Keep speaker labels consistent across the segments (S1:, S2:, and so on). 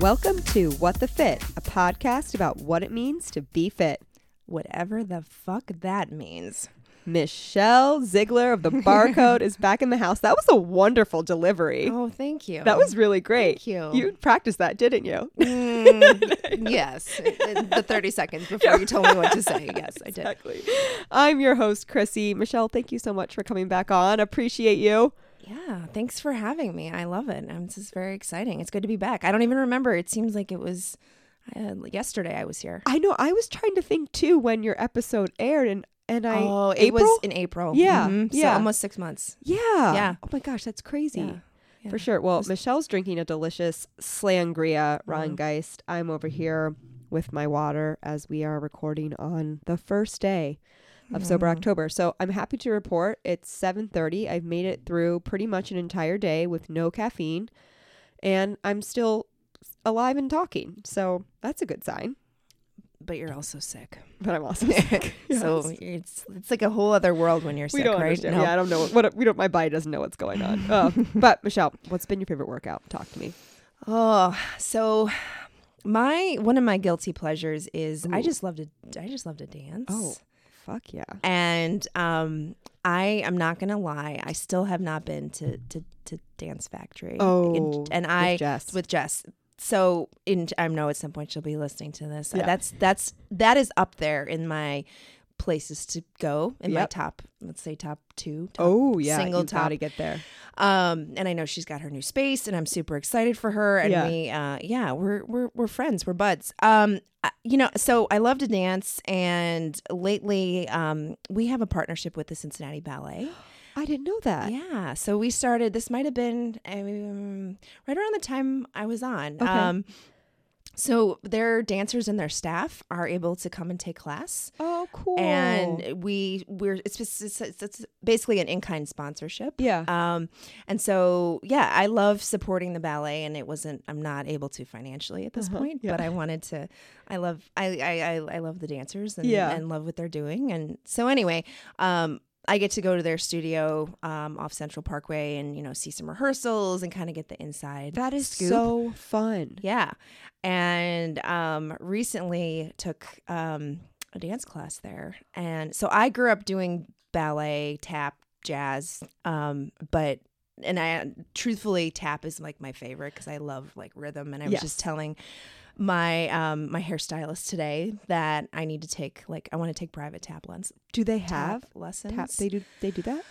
S1: Welcome to What the Fit, a podcast about what it means to be fit.
S2: Whatever the fuck that means.
S1: Michelle Ziegler of the Barcode is back in the house. That was a wonderful delivery.
S2: Oh, thank you.
S1: That was really great.
S2: Thank you.
S1: You practiced that, didn't you?
S2: Mm, yes. The 30 seconds before you told me what to say. Yes, I did.
S1: Exactly. I'm your host, Chrissy. Michelle, thank you so much for coming back on. Appreciate you.
S2: Yeah. Thanks for having me. I love it. Um, this is very exciting. It's good to be back. I don't even remember. It seems like it was uh, yesterday I was here.
S1: I know I was trying to think too when your episode aired and and I
S2: oh, it
S1: April?
S2: was in April.
S1: Yeah,
S2: Mhm.
S1: yeah.
S2: So almost six months.
S1: Yeah.
S2: Yeah.
S1: Oh my gosh, that's crazy.
S2: Yeah, yeah.
S1: For sure. Well, Michelle's drinking a delicious Slangria
S2: Mm-hmm.
S1: Rheingeist. I'm over here with my water as we are recording on the first day of sober October. So I'm happy to report it's 7:30. I've made it through pretty much an entire day with no caffeine and I'm still alive and talking. So that's a good sign.
S2: But you're also sick.
S1: But I'm also sick.
S2: So
S1: Yes.
S2: it's it's like a whole other world when you're sick,
S1: we don't
S2: right?
S1: understand. Yeah, I don't know what, what we don't my body doesn't know what's going on. Uh, but Michelle, what's been your favorite workout? Talk to me.
S2: Oh, so my one of my guilty pleasures is I
S1: Ooh.
S2: just love to I just love to dance.
S1: Oh. Fuck yeah.
S2: And um I am not gonna lie, I still have not been to to, to Dance Factory.
S1: Oh,
S2: and I
S1: with Jess.
S2: with Jess. So in I know at some point she'll be listening to this.
S1: Yeah.
S2: That's that's that is up there in my places to go in my
S1: Yep.
S2: top let's say top two. Top
S1: Oh yeah,
S2: single
S1: you gotta
S2: top.
S1: get there.
S2: um and i know she's got her new space and i'm super excited for her and
S1: Yeah.
S2: we uh yeah we're we're we're friends we're buds um I- you know so i love to dance and lately um we have a partnership with the cincinnati ballet
S1: I didn't know that.
S2: yeah so we started this might have been um, right around the time i was on
S1: Okay.
S2: um so their dancers and their staff are able to come and take class
S1: Oh, cool.
S2: and we we're it's, just- it's, it's, it's basically an in-kind sponsorship
S1: yeah,
S2: um, and so, yeah, I love supporting the ballet, and it wasn't. I'm not able to financially at this point,
S1: Uh-huh. yeah.
S2: but I wanted to. I love. I I I, I love the dancers and
S1: Yeah.
S2: and love what they're doing. And so, anyway, um, I get to go to their studio um, off Central Parkway and you know see some rehearsals and kind of get the inside.
S1: that is
S2: scoop.
S1: so fun.
S2: Yeah, and um, recently took um, a dance class there, and so I grew up doing ballet, tap, jazz, um, but and I truthfully tap is like my favorite because I love like rhythm, and I was
S1: Yes.
S2: just telling my um my hairstylist today that I need to take like I want to take private tap lessons.
S1: Do they
S2: Tap
S1: have
S2: lessons?
S1: tap? They do. They do that.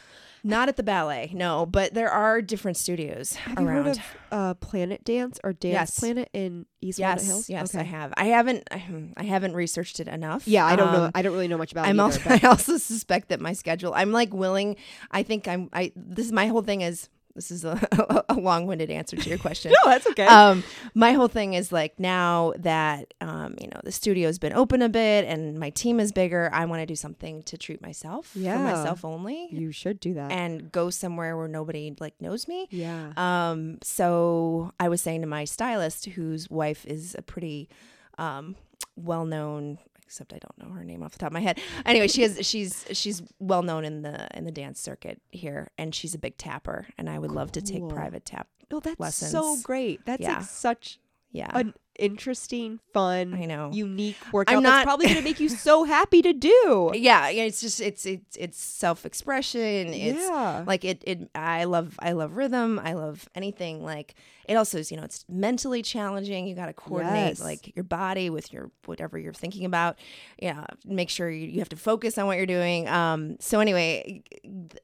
S2: Not at the ballet, no, but there are different studios
S1: Have
S2: around.
S1: you heard of uh, Planet Dance or Dance
S2: Yes.
S1: Planet in East Walnut
S2: Yes,
S1: Hills?
S2: yes, I
S1: Okay.
S2: have. I haven't, I haven't researched it enough.
S1: Yeah, I don't know.
S2: Um,
S1: I don't really know much about.
S2: I'm
S1: it
S2: also,
S1: either,
S2: I also suspect that my schedule. I'm like willing. I think I'm. I this is my whole thing is. This is a, a long-winded answer to your question.
S1: but- no, that's okay.
S2: Um, my whole thing is like now that um, you know the studio's been open a bit and my team is bigger, I want to do something to treat myself
S1: Yeah.
S2: for myself only,
S1: you should do that.
S2: and go somewhere where nobody like knows me.
S1: yeah.
S2: Um, so I was saying to my stylist, whose wife is a pretty um, well known except I don't know her name off the top of my head. Anyway, she has she's she's well known in the in the dance circuit here and she's a big tapper and I would love to take
S1: Cool.
S2: private tap.
S1: no, that's so
S2: lessons.
S1: great. That's
S2: Yeah.
S1: like such
S2: Yeah.
S1: an interesting, fun,
S2: I know.
S1: unique workout.
S2: not-
S1: that's probably going to make you so happy to do.
S2: yeah, yeah, it's just it's it's it's self-expression. It's
S1: yeah.
S2: like it it i love i love rhythm i love anything like it also is you know it's mentally challenging you got to coordinate
S1: Yes.
S2: like your body with your whatever you're thinking about yeah make sure you, you have to focus on what you're doing um so anyway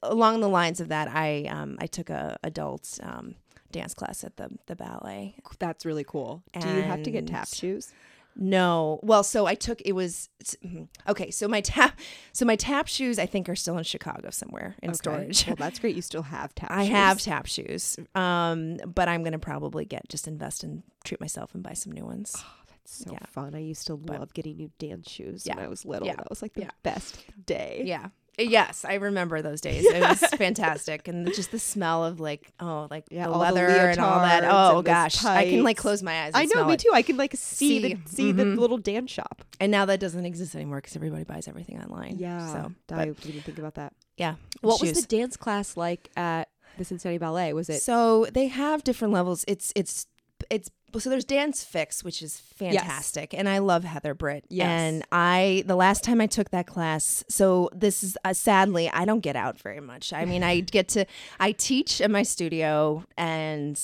S2: along the lines of that i um i took a adult um dance class at the the ballet
S1: That's really cool. Do you have to get
S2: And-
S1: tap shoes?
S2: no. Well, so I took it was it's- mhm. okay. So my tap, so my tap shoes I think are still in Chicago somewhere in storage.
S1: Well, that's great. You still have tap.
S2: I
S1: shoes.
S2: have tap shoes, um, but I'm gonna probably get just invest and treat myself and buy some new ones.
S1: So
S2: Yeah.
S1: fun. I used to love getting new dance shoes when
S2: Yeah.
S1: I was little.
S2: Yeah.
S1: That was like the
S2: Yeah.
S1: best day.
S2: Yeah. Uh, Yes, I remember those days. It was fantastic, and just the smell of like oh, like
S1: Yeah,
S2: the
S1: all the
S2: leather and all that.
S1: leotards
S2: Oh
S1: and those
S2: gosh, I can like
S1: tights.
S2: close my eyes. And
S1: I know,
S2: smell
S1: me
S2: it.
S1: too. I can like see, the
S2: See,
S1: see the
S2: mhm.
S1: little dance shop.
S2: And now that doesn't exist anymore because everybody buys everything online.
S1: So
S2: So
S1: I didn't think about that.
S2: yeah.
S1: What was
S2: Shoes.
S1: the dance class like at the Cincinnati Ballet? Was it
S2: So they have different levels. It's it's it's But so there's Dance Fix, which is fantastic, and I love Heather Britt.
S1: Yes.
S2: And I the last time I took that class, so this is uh, sadly I don't get out very much. I mean, I get to I teach in my studio, and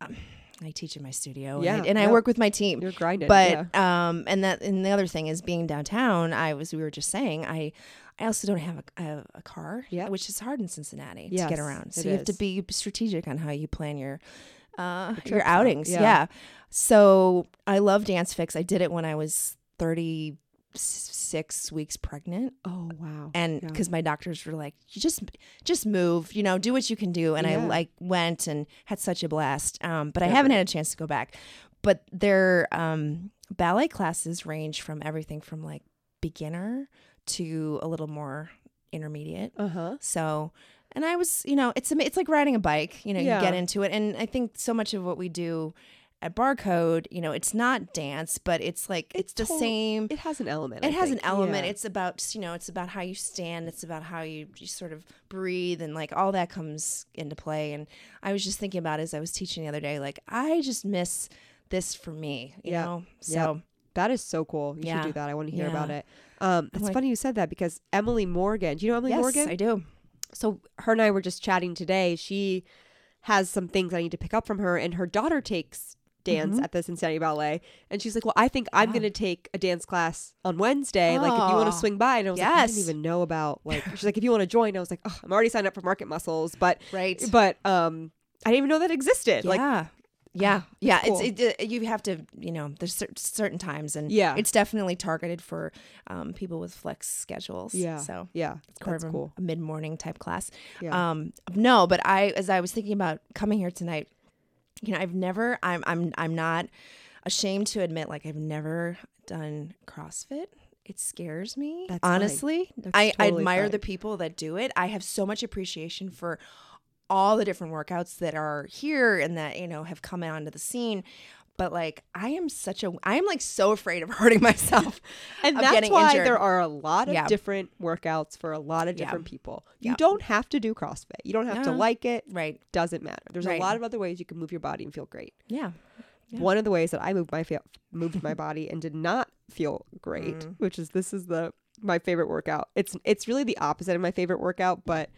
S2: um, I teach in my studio,
S1: Yeah,
S2: and, I, and I
S1: no.
S2: work with my team
S1: You're grinding. yeah.
S2: but um and that and the other thing is being downtown i was we were just saying i i also don't have a, a, a car
S1: Yep.
S2: which is hard in cincinnati to
S1: Yes,
S2: get around so
S1: it
S2: you have to
S1: is.
S2: be strategic on how you plan your uh your
S1: trips out,
S2: outings
S1: yeah.
S2: yeah. so i love dance fix i did it when i was 36 weeks pregnant
S1: oh wow.
S2: and
S1: Yeah.
S2: because my doctors were like you just just move you know do what you can do and
S1: Yeah.
S2: i like went and had such a blast um, but i
S1: Yeah.
S2: haven't had a chance to go back but their um, ballet classes range from everything from like beginner to a little more intermediate
S1: Uh huh.
S2: so and i was you know it's ama- it's like riding a bike you know
S1: Yeah.
S2: you get into it and i think so much of what we do at barcode you know it's not dance but it's like
S1: It's
S2: it's, the
S1: tot-
S2: same
S1: It has an element. I
S2: it has an
S1: think.
S2: element
S1: Yeah.
S2: it's about you know it's about how you stand it's about how you, you sort of breathe and like all that comes into play and i was just thinking about it as i was teaching the other day like i just miss this for me you
S1: Yeah.
S2: know
S1: Yeah.
S2: so
S1: That is so cool. You
S2: Yeah.
S1: should do that. I want to hear about
S2: Yeah.
S1: it. Um, it's
S2: like-
S1: funny you said that because Emily Morgan. Do you know Emily
S2: yes
S1: Morgan?
S2: i do
S1: so her and I were just chatting today. She has some things I need to pick up from her, and her daughter takes dance at the Cincinnati Ballet, and she's like, "Well, I think I'm
S2: Mm-hmm. Wow.
S1: going to take a dance class on Wednesday. Like, if you want
S2: Oh,
S1: to swing by." And I was like, "I didn't
S2: yes.
S1: even know about like." She's like, "If you want to join," I was like, oh, "I'm already signed up for Market Muscles, but
S2: right
S1: but um, I didn't even know that existed." Like, Oh,
S2: yeah yeah yeah
S1: cool.
S2: it's it, it, you have to you know there's cer- certain times and
S1: Yeah.
S2: it's definitely targeted for um, people with flex schedules
S1: yeah,
S2: so
S1: yeah,
S2: kind
S1: that's
S2: of a-
S1: cool.
S2: a mid morning type class.
S1: Yeah.
S2: Um, no, but I as I was thinking about coming here tonight, you know, I've never I'm I'm I'm not ashamed to admit like I've never done CrossFit. It scares me.
S1: That's fine.
S2: honestly. I, I
S1: totally
S2: admire
S1: fine.
S2: the people that do it. I have so much appreciation for all the different workouts that are here and that, you know, have come onto the scene. But like I am such a I am like so afraid of hurting myself.
S1: And
S2: of
S1: that's
S2: getting
S1: why
S2: injured.
S1: there are a lot of
S2: Yeah.
S1: different workouts for a lot of
S2: Yeah.
S1: different people. You
S2: Yeah.
S1: don't have to do CrossFit. You don't have to
S2: No.
S1: like it.
S2: right.
S1: Doesn't matter. There's
S2: Right.
S1: a lot of other ways you can move your body and feel great.
S2: Yeah. Yeah.
S1: One of the ways that I moved my fe- moved my body and did not feel great,
S2: Mm.
S1: which is this is the my favorite workout. It's it's really the opposite of my favorite workout, but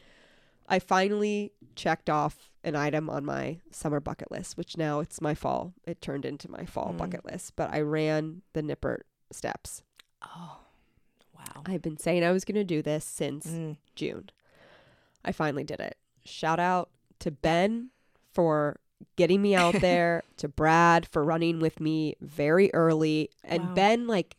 S1: I finally checked off an item on my summer bucket list, which now it's my fall. It turned into my fall
S2: Mm.
S1: bucket list, but I ran the Nippert steps.
S2: Oh. Wow.
S1: I've been saying I was going to do this since
S2: Mm.
S1: June. I finally did it. Shout out to Ben for getting me out there, to Brad for running with me very early, and
S2: Wow.
S1: Ben like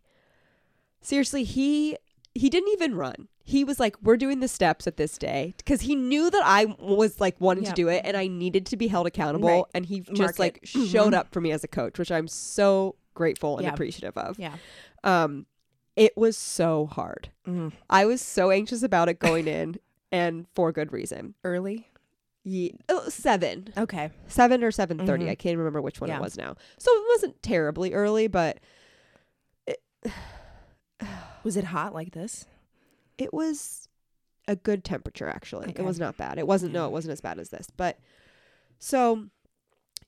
S1: seriously, he he didn't even run. He was like, "We're doing the steps at this day," because he knew that I was like wanting to
S2: Yeah.
S1: do it, and I needed to be held accountable.
S2: Right.
S1: And he just
S2: Mark it. Mm-hmm.
S1: like showed up for me as a coach, which I'm so grateful and
S2: Yeah.
S1: appreciative of.
S2: Yeah.
S1: Um, it was so hard.
S2: Mm.
S1: I was so anxious about it going in, and for good reason.
S2: Early.
S1: Ye- oh, seven,
S2: Okay.
S1: seven or seven
S2: Mhm.
S1: I can't remember which one
S2: Yeah.
S1: it was now. So it wasn't terribly early, but
S2: Was it hot like this?
S1: it was a good temperature. Actually,
S2: Okay.
S1: it was not bad. It wasn't. No,
S2: Yeah.
S1: it wasn't as bad as this. But so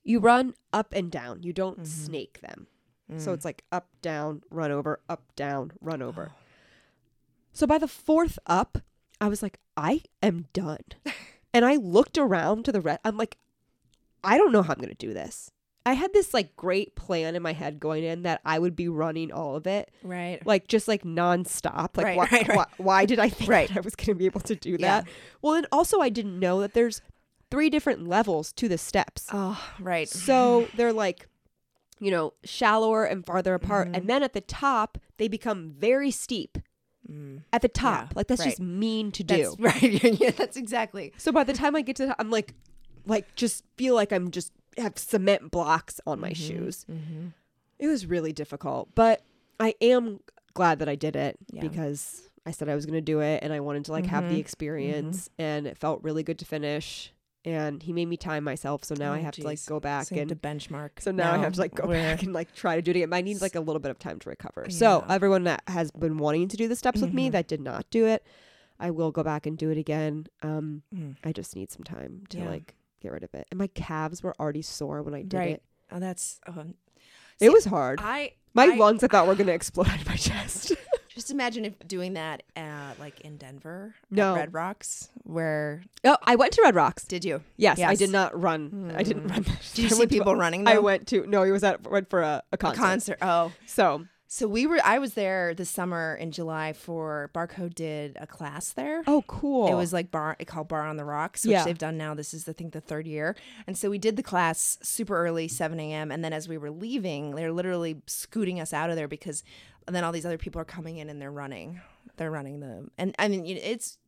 S1: you run up and down. You don't
S2: Mhm.
S1: snake them. So
S2: Mm.
S1: it's like up, down, run over, up, down, run over.
S2: Oh.
S1: So by the fourth up, I was like, I am done. and I looked around to the rest. I'm like, I don't know how I'm going to do this. I had this like great plan in my head going in that I would be running all of it,
S2: right.
S1: like just like nonstop. Like,
S2: Right,
S1: why,
S2: right, right.
S1: Why, why did I think
S2: Right.
S1: that I was going to be able to do
S2: Yeah.
S1: that? Well, and also I didn't know that there's three different levels to the steps.
S2: Oh, right.
S1: So they're like, you know, shallower and farther apart.
S2: Mhm.
S1: And then at the top, they become very steep
S2: Mm.
S1: at the top.
S2: Yeah,
S1: like that's
S2: right.
S1: just mean to do.
S2: That's right. yeah, that's exactly.
S1: So by the time I get to the, I'm like, like just feel like I'm just have cement blocks on my shoes.
S2: Mm-hmm.
S1: It was really difficult, but I am glad that I did it
S2: Yeah. Mm-hmm.
S1: because I said I was going to do it and I wanted to like have the experience and it felt really good to finish. And he made me time myself, so now I
S2: Oh,
S1: have to like
S2: geez.
S1: go back
S2: so you have
S1: and
S2: to benchmark.
S1: so now I have to like go back and like try to do it again. But I need like a little bit of time to recover. So
S2: Yeah.
S1: everyone that has been wanting to do the steps with me
S2: Mhm.
S1: that did not do it, I will go back and do it again. Um,
S2: Mm.
S1: I just need some time to
S2: Yeah.
S1: like get rid of it. And my calves were already sore when I did
S2: Right.
S1: it.
S2: Oh, that's. Oh,
S1: it was hard.
S2: I
S1: my
S2: I-
S1: lungs, I thought, were going to explode out of my chest.
S2: Just imagine if doing that, uh, like in Denver, at
S1: No.
S2: Red Rocks. Where
S1: oh, I went to Red Rocks.
S2: did you?
S1: Yes, Hmm. I
S2: Yes.
S1: did not run. I didn't run.
S2: Did you
S1: I
S2: see
S1: went to a-
S2: people running? Though?
S1: I went to no. He was at went for a, a concert.
S2: concert. Oh,
S1: So
S2: so we were. I was there this summer in July for Barcode did a class there.
S1: oh, cool.
S2: It was like bar. It called Bar on the Rocks, which
S1: Yeah.
S2: they've done now. This is I think the third year, and so we did the class super early, seven a.m. And then as we were leaving, they're literally scooting us out of there because and then all these other people are coming in and they're running. They're running the and I mean you- it's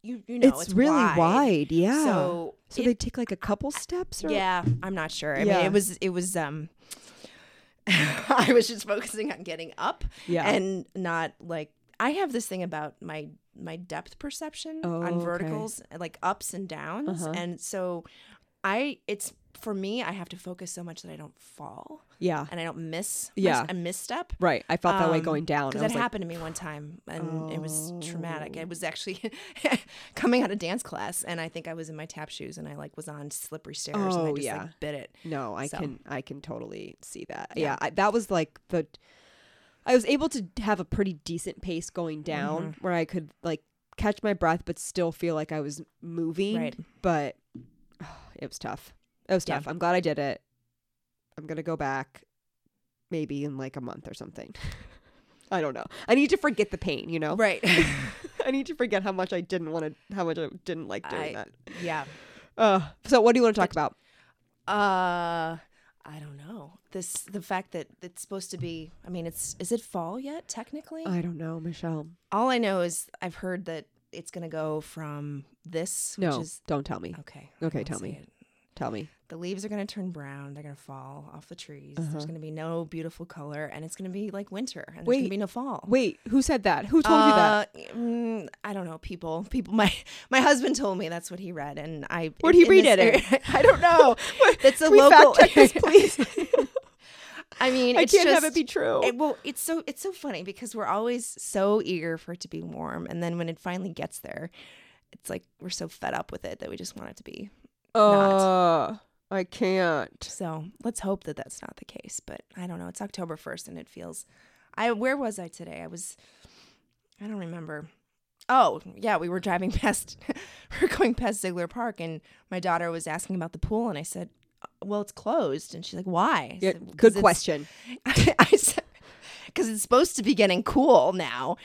S2: you you know
S1: it's, really wide. Yeah.
S2: So,
S1: So
S2: it-
S1: they take like a couple steps, or
S2: yeah, I'm not sure. I
S1: Yeah.
S2: mean, it was it was um. I was just focusing on getting up
S1: yeah.
S2: and not like I have this thing about my my depth perception
S1: Oh, okay.
S2: on verticals, like ups and downs,
S1: Uh-huh.
S2: and so I it's for me I have to focus so much that I don't fall
S1: yeah.
S2: and I don't miss
S1: Yeah.
S2: a misstep.
S1: Right. I felt that way
S2: Um,
S1: going down.
S2: Because
S1: I
S2: that
S1: was like,
S2: happened to me one time, and it was traumatic.
S1: Oh.
S2: It was actually coming out of dance class, and I think I was in my tap shoes, and I like was on slippery stairs, and I
S1: Oh,
S2: just
S1: yeah.
S2: like bit it.
S1: No, I
S2: So.
S1: can I can totally see that. Yeah,
S2: Yeah.
S1: I, that was like the I was able to have a pretty decent pace going down where I could like catch my breath but still feel like I was moving.
S2: Right.
S1: But it was tough. It was
S2: Yeah.
S1: tough. I'm glad I did it. I'm gonna go back maybe in like a month or something. I don't know. I need to forget the pain, you know?
S2: Right.
S1: I need to forget how much I didn't want to how much I didn't like doing
S2: I-
S1: that.
S2: yeah.
S1: Uh, so what do you want to talk about?
S2: Uh, I don't know. This the fact that it's supposed to be. I mean, it's is it fall yet technically?
S1: I don't know, Michelle.
S2: All I know is I've heard that it's gonna go from this,
S1: No,
S2: which is
S1: don't tell me.
S2: okay.
S1: Okay,
S2: I'll
S1: tell
S2: say
S1: me.
S2: it.
S1: Tell me.
S2: The leaves are gonna turn brown. They're gonna fall off the trees.
S1: Uh-huh.
S2: There's gonna be no beautiful color, and it's gonna be like winter, and there's
S1: Wait,
S2: gonna be no fall.
S1: Wait, who said that? Who told you that?
S2: Uh, mm, I don't know. People, people. My my husband told me that's what he read, and I.
S1: Where'd he
S2: in
S1: read
S2: this
S1: it
S2: area-
S1: in?
S2: I don't know. It's a
S1: Can we
S2: local.
S1: fact check this, please?
S2: I mean,
S1: I
S2: it's
S1: can't
S2: just,
S1: have it be true.
S2: It, well, it's so it's so funny because we're always so eager for it to be warm, and then when it finally gets there, it's like we're so fed up with it that we just want it to be.
S1: uh, I can't.
S2: So let's hope that that's not the case. But I don't know. It's October first, and it feels. I where was I today? I was. I don't remember. Oh yeah, we were driving past. we're going past Ziegler Park, and my daughter was asking about the pool, and I said, "Uh, "Well, it's closed." And she's like, "Why?" I
S1: Yeah,
S2: said, "'Cause
S1: good
S2: it's-
S1: question.
S2: I said, because it's supposed to be getting cool now,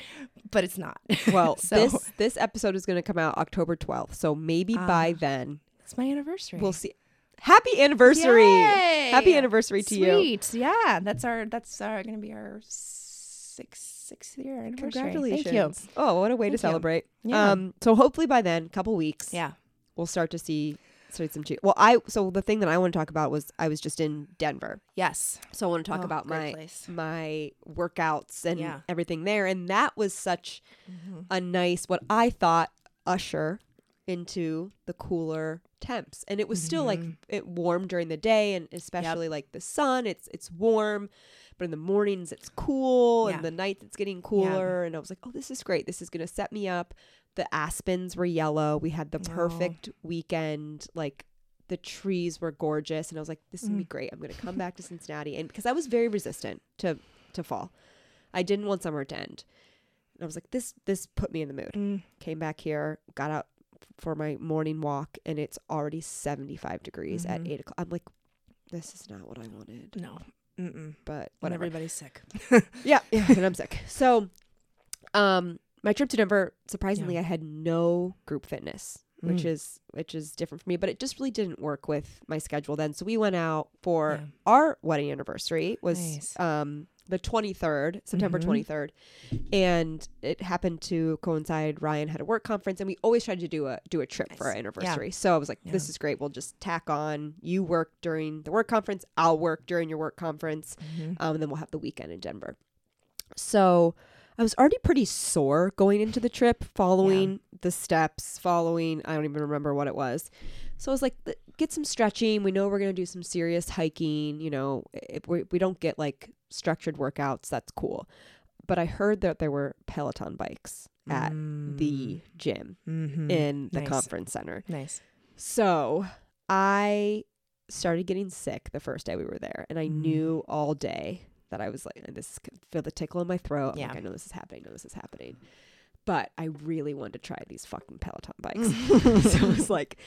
S2: but it's not.
S1: Well,
S2: so
S1: this this episode is going to come out October 12th, so maybe
S2: Ah,
S1: by then
S2: it's my anniversary.
S1: we'll see. Happy anniversary. Happy
S2: Yay!
S1: anniversary to you.
S2: Sweet, yeah, that's our that's our going to be our sixth sixth year anniversary.
S1: Congratulations.
S2: Thank you.
S1: Oh, what a way
S2: Thank you.
S1: to celebrate.
S2: Yeah.
S1: Um so hopefully by then, couple weeks,
S2: Yeah,
S1: we'll start to see start some change. Well, I so the thing that I want to talk about was I was just in Denver.
S2: yes.
S1: So I want to talk
S2: Oh,
S1: about
S2: great
S1: my
S2: place.
S1: my workouts and
S2: Yeah. Mm-hmm.
S1: everything there. And that was such a nice, what I thought, usher into the cooler temps. And it was still like
S2: Mm-hmm.
S1: it warm during the day, and especially like the sun. It's it's warm, but in the mornings it's cool,
S2: Yeah.
S1: and the nights it's getting cooler. And I was like, oh, this is great. This is gonna set me up. The aspens were yellow. We had the
S2: Oh.
S1: perfect weekend. Like the trees were gorgeous and i was like this is gonna be great i'm gonna come back to cincinnati and because i was very resistant to to fall i didn't want summer to end and i was like this this put me in the mood
S2: Mm.
S1: came back here got out f- for my morning walk and it's already 75 degrees at 8 o'clock i'm like this is not what i wanted
S2: No. Mm-mm.
S1: but
S2: When
S1: whatever
S2: everybody's sick.
S1: yeah, yeah, and I'm sick. So, um, my trip to Denver, surprisingly, I had no group fitness, which
S2: Mm.
S1: is which is different for me. But it just really didn't work with my schedule then. So we went out for
S2: Yeah.
S1: our wedding anniversary was
S2: Nice.
S1: um the 23rd, September
S2: Mhm.
S1: 23rd, and it happened to coincide. Ryan had a work conference, and we always tried to do a do a trip for our
S2: Nice. Yeah.
S1: anniversary. So I was like,
S2: Yeah.
S1: this is great. We'll just tack on. You work during the work conference. I'll work during your work conference
S2: Mm-hmm.
S1: um, and then we'll have the weekend in Denver. So I was already pretty sore going into the trip, following the steps, following, I don't even remember what it was. So I was like, "Th- get some stretching. We know we're going to do some serious hiking. You know, if we, we don't get like structured workouts, that's cool. But I heard that there were Peloton bikes at the gym
S2: mm-hmm.
S1: in the
S2: Mm. Nice.
S1: conference center.
S2: nice.
S1: So I started getting sick the first day we were there, and I
S2: Mm.
S1: knew all day that I was like, this is- feel the tickle in my throat. I'm
S2: Yeah.
S1: like, I know this is happening. I know this is happening. But I really wanted to try these fucking Peloton bikes. so it was like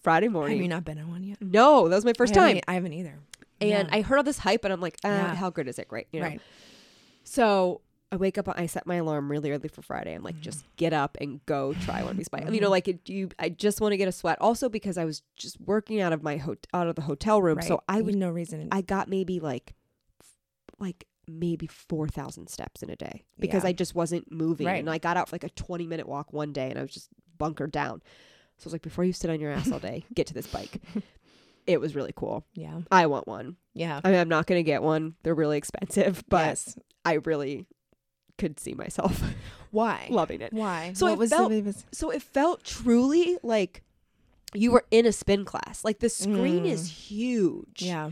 S1: Friday
S2: Have you
S1: morning.
S2: not been on one yet?
S1: No, that was my first
S2: I
S1: time.
S2: haven't e- I haven't either.
S1: and
S2: Yeah.
S1: I heard all this hype, and I'm like, uh,
S2: Yeah.
S1: how good is it? Great, you know?
S2: right.
S1: So I wake up. I set my alarm really early for Friday. I'm
S2: Mm-hmm.
S1: like, just get up and go try one of these bikes. You know, like it, you, I just want to get a sweat. Also because I was just working out of my ho- out of the hotel room,
S2: right. Mm-hmm.
S1: so I
S2: You
S1: would
S2: no reason.
S1: I got maybe like f- like maybe 4,000 steps in a day because
S2: Yeah.
S1: I just wasn't moving.
S2: Right.
S1: And I got out for like a 20 minute walk one day and I was just bunkered down. So I was like, before you sit on your ass all day, get to this bike. It was really cool.
S2: yeah.
S1: I want one.
S2: Yeah.
S1: I mean, I'm not going to get one. They're really expensive, but
S2: yes.
S1: I really could see myself
S2: Why?
S1: loving it.
S2: Why?
S1: So
S2: What
S1: it
S2: was the
S1: felt-
S2: biggest-
S1: So it felt truly like you were in a spin class. Like the screen
S2: Mm.
S1: is huge.
S2: yeah.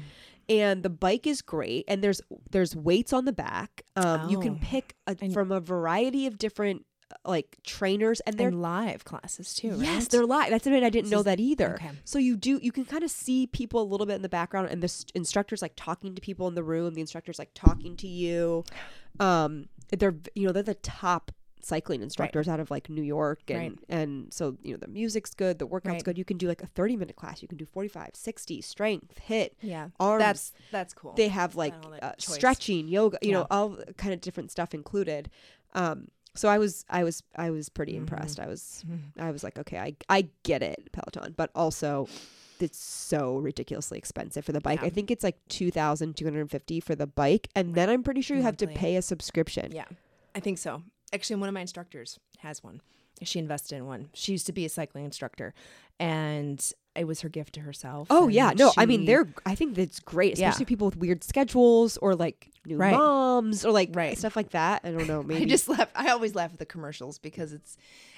S1: and the bike is great and there's there's weights on the back um you
S2: Oh.
S1: can pick a,
S2: And-
S1: from a variety of different uh, like trainers and they're
S2: And live classes too. Right?
S1: yes they're live that's it i didn't
S2: This
S1: know
S2: is-
S1: that either
S2: okay.
S1: so you do you can kind of see people a little bit in the background and the s- instructors like talking to people in the room the instructors like talking to you um they're v- you know they're the top cycling instructors out of like New York and
S2: Right.
S1: and so you know the music's good the workout's
S2: Right.
S1: good you can do like a 30 minute class you can do 45 60 strength hit
S2: Yeah.
S1: arms
S2: That's that's cool.
S1: they have like
S2: all that
S1: uh,
S2: choice.
S1: stretching yoga you
S2: Yeah.
S1: know all kind of different stuff included um so i was i was i was pretty
S2: Mhm.
S1: impressed i was
S2: Mhm.
S1: i was like okay i i get it peloton but also it's so ridiculously expensive for the bike
S2: Yeah.
S1: i think it's like 2250 for the bike and then i'm pretty sure you have to
S2: Monthly.
S1: pay a subscription
S2: Yeah, I think so. Actually, one of my instructors has one. She invested in one. She used to be a cycling instructor, and it was her gift to herself.
S1: oh yeah
S2: and
S1: no i mean
S2: she-
S1: they're i think it's great
S2: Yeah.
S1: especially people with weird schedules or like new
S2: Right.
S1: moms or like
S2: Right.
S1: stuff like that i don't know maybe
S2: I just laugh. I always laugh at the commercials because it's,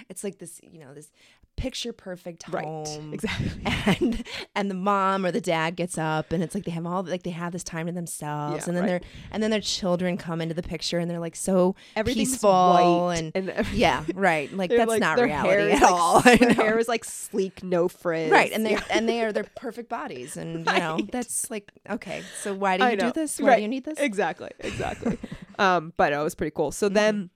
S2: it's like this, you know, this picture perfect
S1: right
S2: home,
S1: exactly
S2: and and the mom or the dad gets up and it's like they have all like they have this time to themselves
S1: Yeah,
S2: and then
S1: right.
S2: their and then their children come into the picture and they're like so
S1: everything's
S2: peaceful
S1: white
S2: and
S1: every-
S2: yeah right like
S1: They're,
S2: that's
S1: like,
S2: not
S1: their
S2: reality
S1: hair
S2: at
S1: is, like,
S2: all I
S1: Their
S2: know.
S1: hair is like sleek, no frizz.
S2: right and they
S1: Yeah.
S2: and they are their perfect bodies and you know
S1: Right.
S2: that's like okay so why do
S1: I
S2: you do
S1: know.
S2: this why
S1: Right.
S2: do you need this
S1: exactly, exactly. um, but it was pretty cool. So then,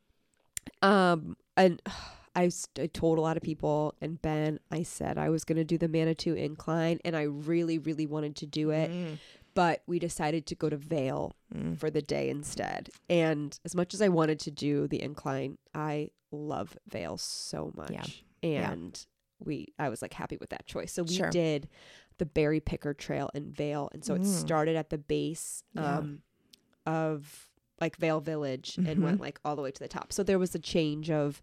S1: um, and I, s- I told a lot of people, and Ben, I said I was gonna do the Manitou incline, and I really, really wanted to do it,
S2: Mm. Mm-hmm.
S1: but we decided to go to Vale for the day instead. And as much as I wanted to do the incline, I love Vale so much.
S2: Yeah. Yeah.
S1: And we I was like happy with that choice. So we
S2: Sure.
S1: did the Berry Picker Trail in Vale. And so it
S2: Mm.
S1: started at the base
S2: Yeah.
S1: um of like Vale Village and
S2: Mhm.
S1: went like all the way to the top. So there was a change of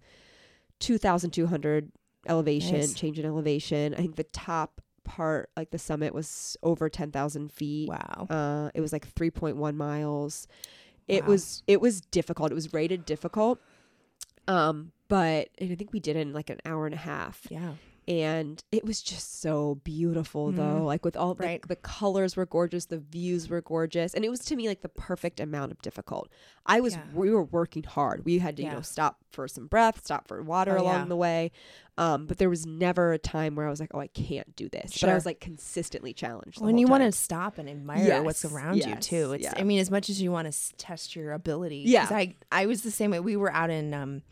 S1: 2200 elevation,
S2: Nice.
S1: change in elevation. I think the top part like the summit was over 10,000 feet.
S2: wow
S1: Uh, it was like 3.1 miles. It
S2: Wow.
S1: was it was difficult. It was rated difficult. Um, but and I think we did it in like an hour and a half,
S2: yeah
S1: and it was just so beautiful though.
S2: Mhm.
S1: Like with all the,
S2: Right.
S1: the colors were gorgeous, the views were gorgeous, and it was to me like the perfect amount of difficult. I was
S2: Yeah.
S1: we were working hard. We had to you
S2: Yeah.
S1: know stop for some breath, stop for water
S2: Oh,
S1: along
S2: yeah.
S1: the way, um, but there was never a time where I was like, oh, I can't do this. But
S2: Sure.
S1: I was like consistently challenged. the
S2: when
S1: whole
S2: you want
S1: time.
S2: to stop and admire what's
S1: Yes,
S2: around you
S1: yes,
S2: too it's
S1: yeah.
S2: i mean as much as you want to test your ability 'cause
S1: Yeah.
S2: i i was the same way we were out in um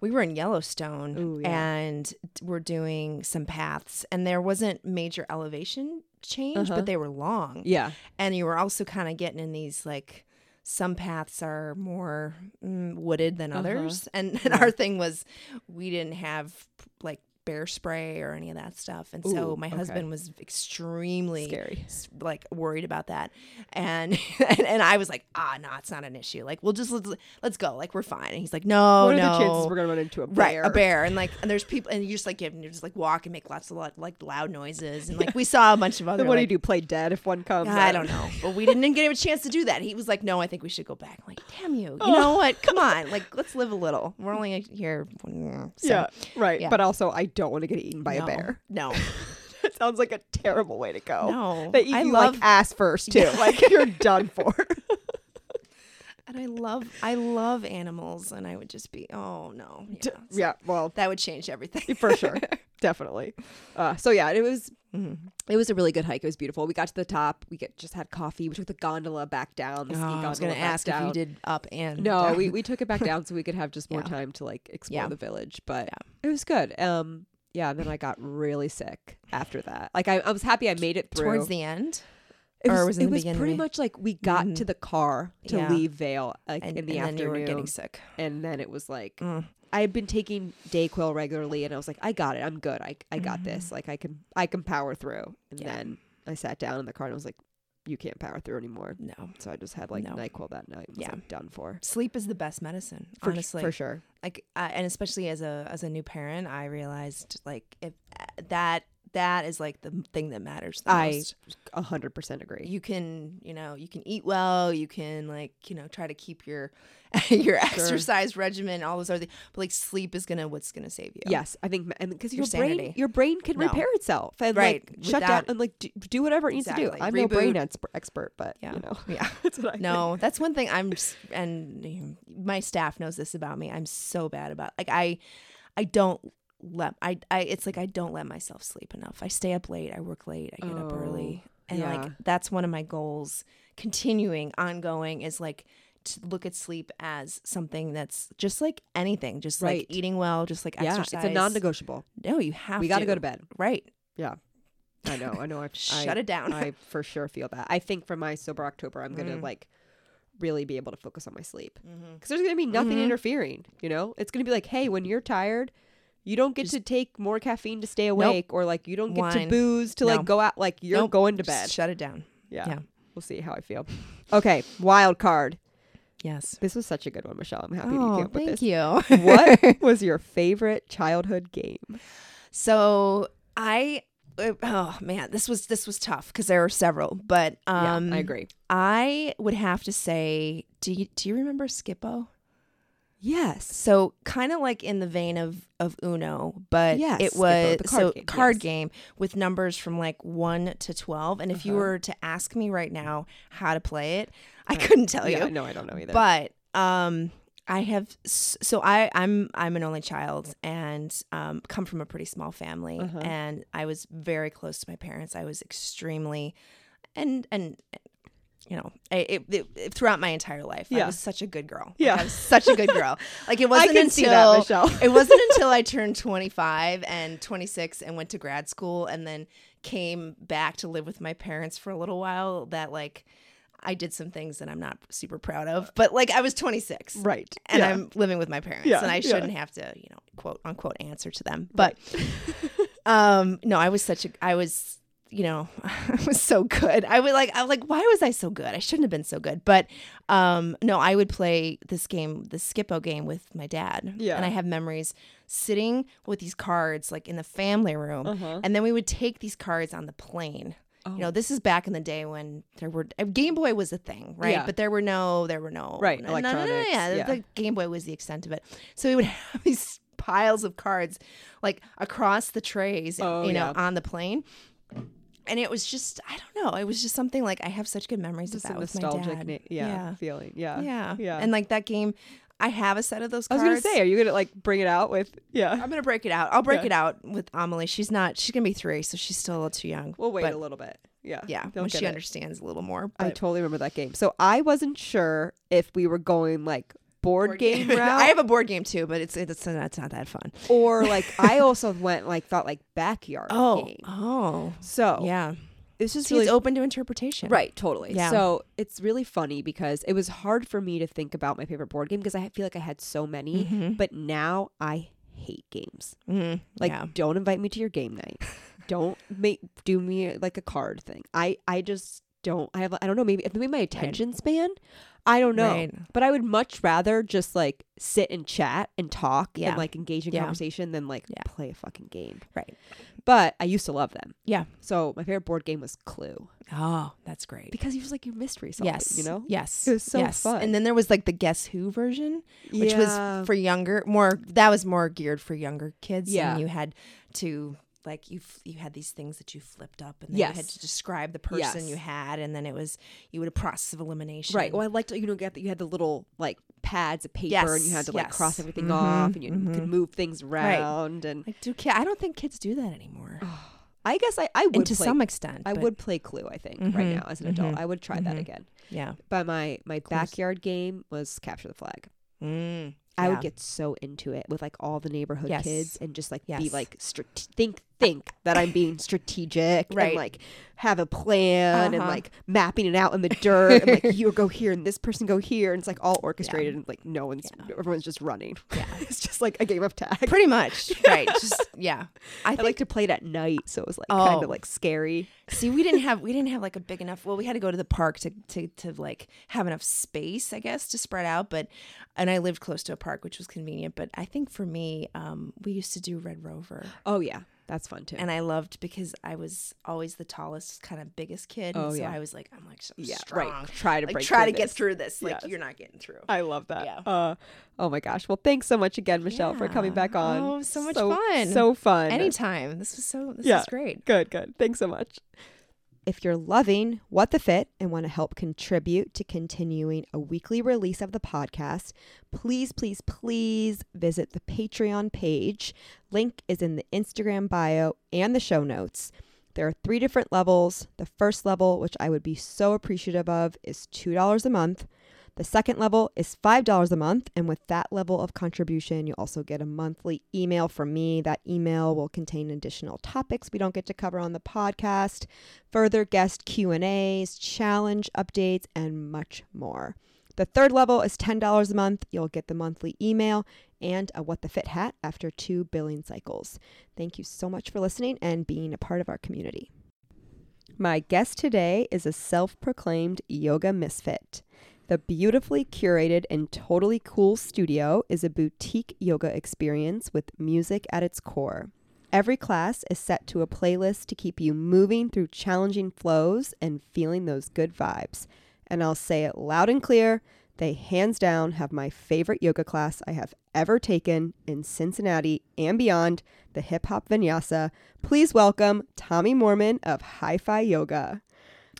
S2: we were in Yellowstone
S1: Ooh, yeah.
S2: and we're doing some paths and there wasn't major elevation change
S1: Uh-huh.
S2: but they were long
S1: yeah.
S2: and you were also kind of getting in these like some paths are more mm, wooded than
S1: Uh-huh.
S2: others and, and our thing was we didn't have like bear spray or any of that stuff and so
S1: Ooh,
S2: my
S1: okay.
S2: husband was extremely
S1: Scary.
S2: s- like worried about that and, and and i was like ah no it's not an issue like we'll just let's, let's go like we're fine and he's like no
S1: what are
S2: Oh, no
S1: the chances we're gonna run into a
S2: right
S1: bear?
S2: a bear and like and there's people and you just like you just like walk and make lots of lot, like loud noises and like we saw a bunch of other
S1: Then what do
S2: like,
S1: you do? Play dead if one comes?
S2: I don't know. But we didn't get him a chance to do that. He was like, no, I think we should go back. I'm like, damn you. You know what? Come on. Like, let's live a little. We're only here. So,
S1: yeah, right.
S2: yeah.
S1: But also, I don't want to get eaten by
S2: no,
S1: a bear.
S2: No.
S1: That sounds like a terrible way to go.
S2: No.
S1: They eat
S2: I
S1: you
S2: love
S1: like ass first too. like you're done for.
S2: and I love I love animals and I would just be oh no. Yeah.
S1: yeah, well,
S2: That would change everything.
S1: for sure, definitely. Uh, so yeah, it was
S2: Mhm.
S1: It was a really good hike. It was beautiful. We got to the top. We get, just had coffee. We took the gondola back down. The ski
S2: Oh,
S1: gondola
S2: I was going to
S1: back
S2: ask if
S1: down.
S2: you did up and
S1: No,
S2: down.
S1: we, we took it back down so we could have just more
S2: Yeah.
S1: time to like explore
S2: Yeah.
S1: the village. But
S2: Yeah.
S1: it was good. Um, yeah. And then I got really sick after that. Like I, I was happy I made it through.
S2: towards the end.
S1: it was,
S2: or was it the beginning? Mm-hmm.
S1: pretty much like we got to the car to
S2: Yeah.
S1: leave Vale like
S2: And,
S1: in the
S2: and then you
S1: afternoon,
S2: were getting sick.
S1: and then it was like
S2: Mm.
S1: I had been taking Dayquil regularly, and I was like, I got it. I'm good. I I got this. Like I can I can power through. And
S2: Mm-hmm. Yeah.
S1: then I sat down in the car and I was like, you can't power through anymore.
S2: No.
S1: So I just had like
S2: No.
S1: Nyquil that night. and Was
S2: Yeah.
S1: like done for.
S2: Sleep is the best medicine,
S1: For,
S2: honestly.
S1: for sure.
S2: like I and especially as a as a new parent i realized like if uh, that that is like the thing that matters the
S1: I-
S2: most
S1: A hundred percent agree.
S2: you can you know you can eat well you can like you know try to keep your your exercise regimen all those other things but like sleep is gonna what's gonna save you
S1: Yes, I think, and because your,
S2: Your
S1: brain,
S2: sanity.
S1: your brain can
S2: No.
S1: repair itself and
S2: Right,
S1: like shut down
S2: without-
S1: and like do, do whatever it needs to do.
S2: Exactly.
S1: I'm no brain
S2: Reboot.
S1: exp- expert, but
S2: Yeah.
S1: you know,
S2: yeah
S1: that's what I
S2: no that's one thing i'm s- and you know, my staff knows this about me i'm so bad about like i i don't let I, I it's like i don't let myself sleep enough i stay up late i work late i get up early and
S1: Oh, yeah.
S2: like that's one of my goals continuing ongoing is like to look at sleep as something that's just like anything just
S1: Right.
S2: like eating well just like
S1: Yeah,
S2: exercise
S1: it's a non-negotiable.
S2: no you have
S1: We got to go to
S2: bed
S1: bed.
S2: right
S1: I know. I know. I've
S2: shut
S1: I,
S2: it down Mm.
S1: I for sure feel that. I think for my sober October, I'm gonna like really be able to focus on my sleep
S2: Mhm.
S1: because there's gonna be nothing
S2: Mhm.
S1: interfering. You know, it's gonna be like, hey, when you're tired, you don't get to take more caffeine to stay awake, or like you don't get to
S2: Wine.
S1: booze to
S2: No.
S1: like go out. Like you're
S2: Nope.
S1: going to
S2: Just
S1: bed.
S2: shut it down
S1: yeah.
S2: yeah.
S1: We'll see how I feel. Okay, wild card.
S2: yes
S1: This was such a good one, Michelle. I'm happy that you
S2: oh
S1: came up with
S2: thank
S1: this.
S2: you
S1: What was your favorite childhood game?
S2: So I uh, oh man, this was this was tough because there were several, but um
S1: yeah, I agree.
S2: I would have to say, do you do you remember Skippo?
S1: Yes.
S2: So kind of like in the vein of of Uno, but
S1: Yes,
S2: it
S1: Skippo,
S2: was
S1: the card
S2: so
S1: game,
S2: card
S1: yes.
S2: game with numbers from like one to twelve. And if you
S1: Uh-huh.
S2: were to ask me right now how to play it, I couldn't tell you.
S1: Oh, yeah, no, I don't know either.
S2: But um, I have s- so I I'm I'm an only child and um, come from a pretty small family,
S1: Uh-huh.
S2: and I was very close to my parents. I was extremely, and and you know, I, it, it, it- throughout my entire life,
S1: Yeah.
S2: I was such a good girl. Like,
S1: Yeah.
S2: I was such a good girl. Like it
S1: I
S2: wasn't
S1: can
S2: until
S1: see that, Michelle.
S2: it wasn't until I turned 25 and 26 and went to grad school and then came back to live with my parents for a little while that like I did some things that I'm not super proud of. But like I was 26
S1: Right.
S2: and
S1: yeah.
S2: I'm living with my parents
S1: Yeah,
S2: and I
S1: yeah.
S2: shouldn't have to, you know, quote unquote answer to them. But um no, I was such a I was you know, I was so good. I would like I like why was I so good? I shouldn't have been so good. But um no, I would play this game, the Skippo game with my dad.
S1: Yeah.
S2: And I have memories sitting with these cards like in the family room.
S1: Uh-huh. Oh.
S2: And then we would take these cards on the plane. You know, this is back in the day when there were uh, Game Boy was a thing, right?
S1: Yeah.
S2: But there were no, there were no
S1: Right,
S2: no, no, no, no,
S1: electronics,
S2: yeah,
S1: yeah.
S2: the Game Boy was the extent of it. So we would have these piles of cards like across the trays,
S1: Oh,
S2: you know,
S1: yeah.
S2: on the plane. And it was just, I don't know, it was just something like I have such good memories of
S1: just a
S2: that with my
S1: nostalgic
S2: dad.
S1: na- yeah, feeling yeah
S2: yeah, yeah,
S1: yeah
S2: And like that game, I have a set of those.
S1: i was
S2: cards. Um,
S1: gonna say are you gonna like bring it out with yeah
S2: I'm gonna break it out. I'll break
S1: Yeah.
S2: it out with Amelie. She's not. She's gonna be three, so she's still a little too young.
S1: we'll wait
S2: But
S1: a little bit yeah
S2: yeah,
S1: they'll
S2: when
S1: get
S2: she
S1: it.
S2: understands a little more.
S1: i
S2: but-
S1: totally remember that game so i wasn't sure if we were going like board, game, route
S2: I have a board game too, but it's it's not, it's not that fun.
S1: or like i also went like thought like backyard game
S2: oh,
S1: so
S2: yeah.
S1: it's just
S2: See,
S1: really
S2: it's open to interpretation,
S1: Right, totally.
S2: Yeah.
S1: So it's really funny because it was hard for me to think about my favorite board game because I feel like I had so many,
S2: Mm-hmm.
S1: but now I hate games.
S2: Mm,
S1: Like,
S2: yeah.
S1: don't invite me to your game night. don't make do me like a card thing. I I just don't. I have I don't know. Maybe maybe my attention span. I don't know.
S2: Right.
S1: But I would much rather just like sit and chat and talk
S2: Yeah.
S1: and like engage in
S2: Yeah.
S1: conversation than like
S2: Yeah.
S1: play a fucking game.
S2: right.
S1: But I used to love them.
S2: Yeah.
S1: So my favorite board game was Clue
S2: Oh, that's great.
S1: because you just like you mystery solving.
S2: Yes,
S1: You know.
S2: Yes,
S1: It was so
S2: yes.
S1: fun.
S2: And then there was like the Guess Who version, which
S1: Yeah.
S2: was for younger, more that was more geared for younger kids.
S1: Yeah.
S2: and you had to like you f- you had these things that you flipped up, and then you
S1: Yes.
S2: had to describe the person
S1: Yes.
S2: you had, and then it was you would a process of elimination.
S1: Right. Well, I liked you know get that you had the little like pads of paper and you had to like
S2: yes.
S1: cross everything
S2: Mhm,
S1: off and you could move things around and
S2: Like, do ki- I don't think kids do that anymore.
S1: Oh, I guess I, I would
S2: and to
S1: play,
S2: some extent.
S1: I
S2: but-
S1: would play Clue. I think right
S2: Mhm,
S1: now as an adult,
S2: mhm,
S1: I would try that
S2: mhm.
S1: again.
S2: Yeah.
S1: But my my
S2: course.
S1: backyard game was Capture the Flag.
S2: Mm,
S1: I
S2: yeah.
S1: would get so into it with like all the neighborhood
S2: Yes.
S1: kids and just like be
S2: Yes.
S1: like strate- think think that I'm being strategic
S2: Right.
S1: and like have a plan and
S2: Uh-huh.
S1: like mapping it out in the dirt and like you go here and this person go here and it's like all orchestrated and like no one's
S2: Yeah.
S1: everyone's just running.
S2: Yeah.
S1: it's just like a game of tag.
S2: Pretty much. Right. Just yeah.
S1: I,
S2: I think
S1: like to play it at night, so it was like kind
S2: Oh.
S1: of like scary.
S2: See, we didn't have we didn't have like a big enough. Well, we had to go to the park to to to like have enough space, I guess, to spread out. But and I lived close to a park, which was convenient. But I think for me, um, we used to do Red Rover,
S1: Oh yeah, that's fun too.
S2: and I loved because I was always the tallest, kind of biggest kid. and
S1: Oh,
S2: so
S1: yeah.
S2: I was like, I'm like so
S1: yeah,
S2: strong.
S1: right. Try to
S2: Like
S1: break
S2: try to
S1: through
S2: get
S1: this.
S2: through this. Like
S1: Yes.
S2: you're not getting through.
S1: I love that.
S2: Yeah.
S1: Uh, oh my gosh. Well, thanks so much again, Michelle, for coming back
S2: Yeah.
S1: on.
S2: Oh, so much fun.
S1: So fun.
S2: Anytime. This was so this
S1: Yeah.
S2: is great.
S1: Good, good. Thanks so much.
S3: If you're loving What the Fit and want to help contribute to continuing a weekly release of the podcast, please, please, please visit the Patreon page. Link is in the Instagram bio and the show notes. There are three different levels. The first level, which I would be so appreciative of, is $2 a month. The second level is $5 a month. And with that level of contribution, you also get a monthly email from me. That email will contain additional topics we don't get to cover on the podcast, further guest Q&As, challenge updates, and much more. The third level is $10 a month. You'll get the monthly email and a What the Fit hat after two billing cycles. Thank you so much for listening and being a part of our community.
S1: My guest today is a self proclaimed yoga misfit. The beautifully curated and totally cool studio is a boutique yoga experience with music at its core. Every class is set to a playlist to keep you moving through challenging flows and feeling those good vibes. And I'll say it loud and clear they hands down have my favorite yoga class I have ever taken in Cincinnati and beyond the hip hop vinyasa. Please welcome Tommy Mormon of Hi Fi Yoga.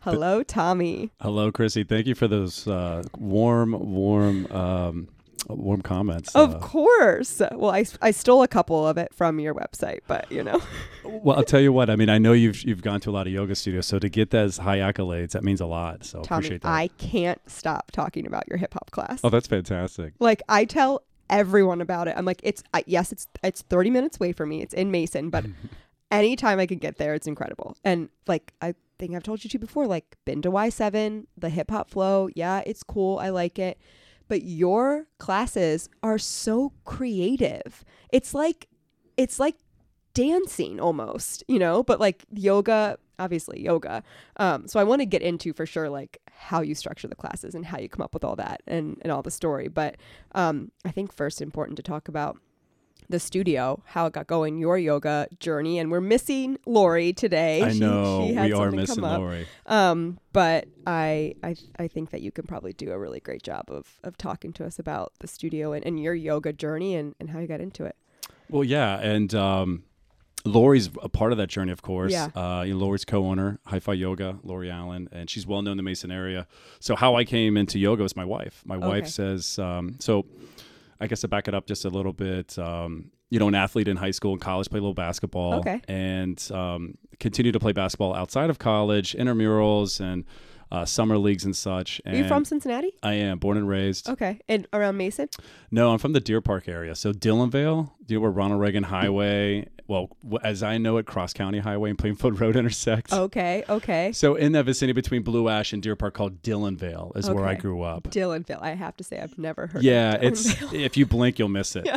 S1: Hello, Tommy.
S4: Hello, Chrissy. Thank you for those uh, warm, warm, um, warm comments.
S1: Of
S4: Uh,
S1: course. Well, I, I stole a couple of it from your website, but you know.
S4: well, I'll tell you what. I mean, I know you've you've gone to a lot of yoga studios, so to get those high accolades, that means a lot. So
S1: Tommy,
S4: appreciate that.
S1: I can't stop talking about your hip hop class.
S4: oh, that's fantastic.
S1: Like I tell everyone about it. I'm like, it's I, yes, it's it's 30 minutes away from me. It's in Mason, but anytime I can get there, it's incredible. And like I think I've told you two before, like been to Y7, the hip hop flow. Yeah, it's cool. I like it. But your classes are so creative. It's like it's like dancing almost, you know, but like yoga, obviously yoga. Um, so I want to get into for sure like how you structure the classes and how you come up with all that and, and all the story. But um, I think first important to talk about the studio, how it got going, your yoga journey, and we're missing Lori today.
S4: I
S1: She-
S4: know
S1: she had
S4: we are
S1: something
S4: missing
S1: come up.
S4: Lori.
S1: Um, but I, I I think that you can probably do a really great job of of talking to us about the studio and, and your yoga journey and, and how you got into it.
S4: Well, yeah, and um, Lori's a part of that journey, of course.
S1: Yeah.
S4: Uh, you know, Lori's co-owner, Hi-Fi Yoga, Lori Allen, and she's well known in the Mason area. So how I came into yoga was my wife. My
S1: Okay.
S4: wife says, um, so I guess to back it up just a little bit, um, you know, an athlete in high school and college, played a little basketball,
S1: Okay.
S4: and um, continued to play basketball outside of college, intramurals and uh, summer leagues and such.
S1: Are
S4: And
S1: you from Cincinnati?
S4: I am born and raised.
S1: Okay, and around Mason.
S4: No, I'm from the Deer Park area. So Dillonvale, do you know where Ronald Reagan Highway, well, w- as I know it, Cross County Highway and Plainfield Road intersects.
S1: Oh, Okay, okay.
S4: So in that vicinity between Blue Ash and Deer Park called Dillonvale is where I
S1: Okay.
S4: grew up.
S1: Dillonville. I have to say, I've never heard.
S4: yeah,
S1: of
S4: it's
S1: Dillonville.
S4: if you blink, you'll miss it.
S1: Yeah.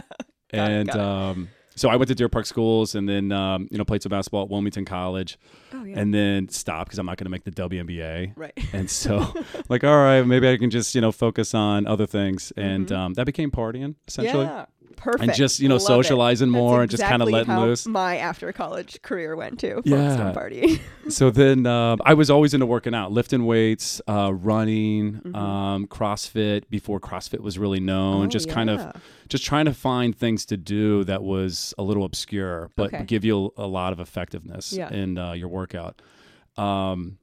S1: Got it,
S4: and
S1: got it.
S4: um, so I went to Deer Park schools and then um, you know played some basketball at Wilmington College
S1: oh yeah,
S4: and then stopped because I'm not going to make the WNBA.
S1: right.
S4: And so, like, all right, maybe I can just you know focus on other things, and
S1: Mhm.
S4: um, that became partying essentially.
S1: Yeah, perfect.
S4: and just you know
S1: Love it.
S4: socializing
S1: That's
S4: more and just kind of
S1: exactly
S4: letting
S1: how
S4: loose.
S1: My after college career went to yeah.
S4: Yeah.
S1: on partying.
S4: So then um, I was always into working out, lifting weights, uh, running,
S1: Mhm.
S4: um, CrossFit before CrossFit was really known.
S1: Oh,
S4: just kind of
S1: yeah.
S4: just trying to find things to do that was a little obscure, but
S1: Okay.
S4: give you a, a lot of effectiveness
S1: Yeah.
S4: in uh, your workout. Um,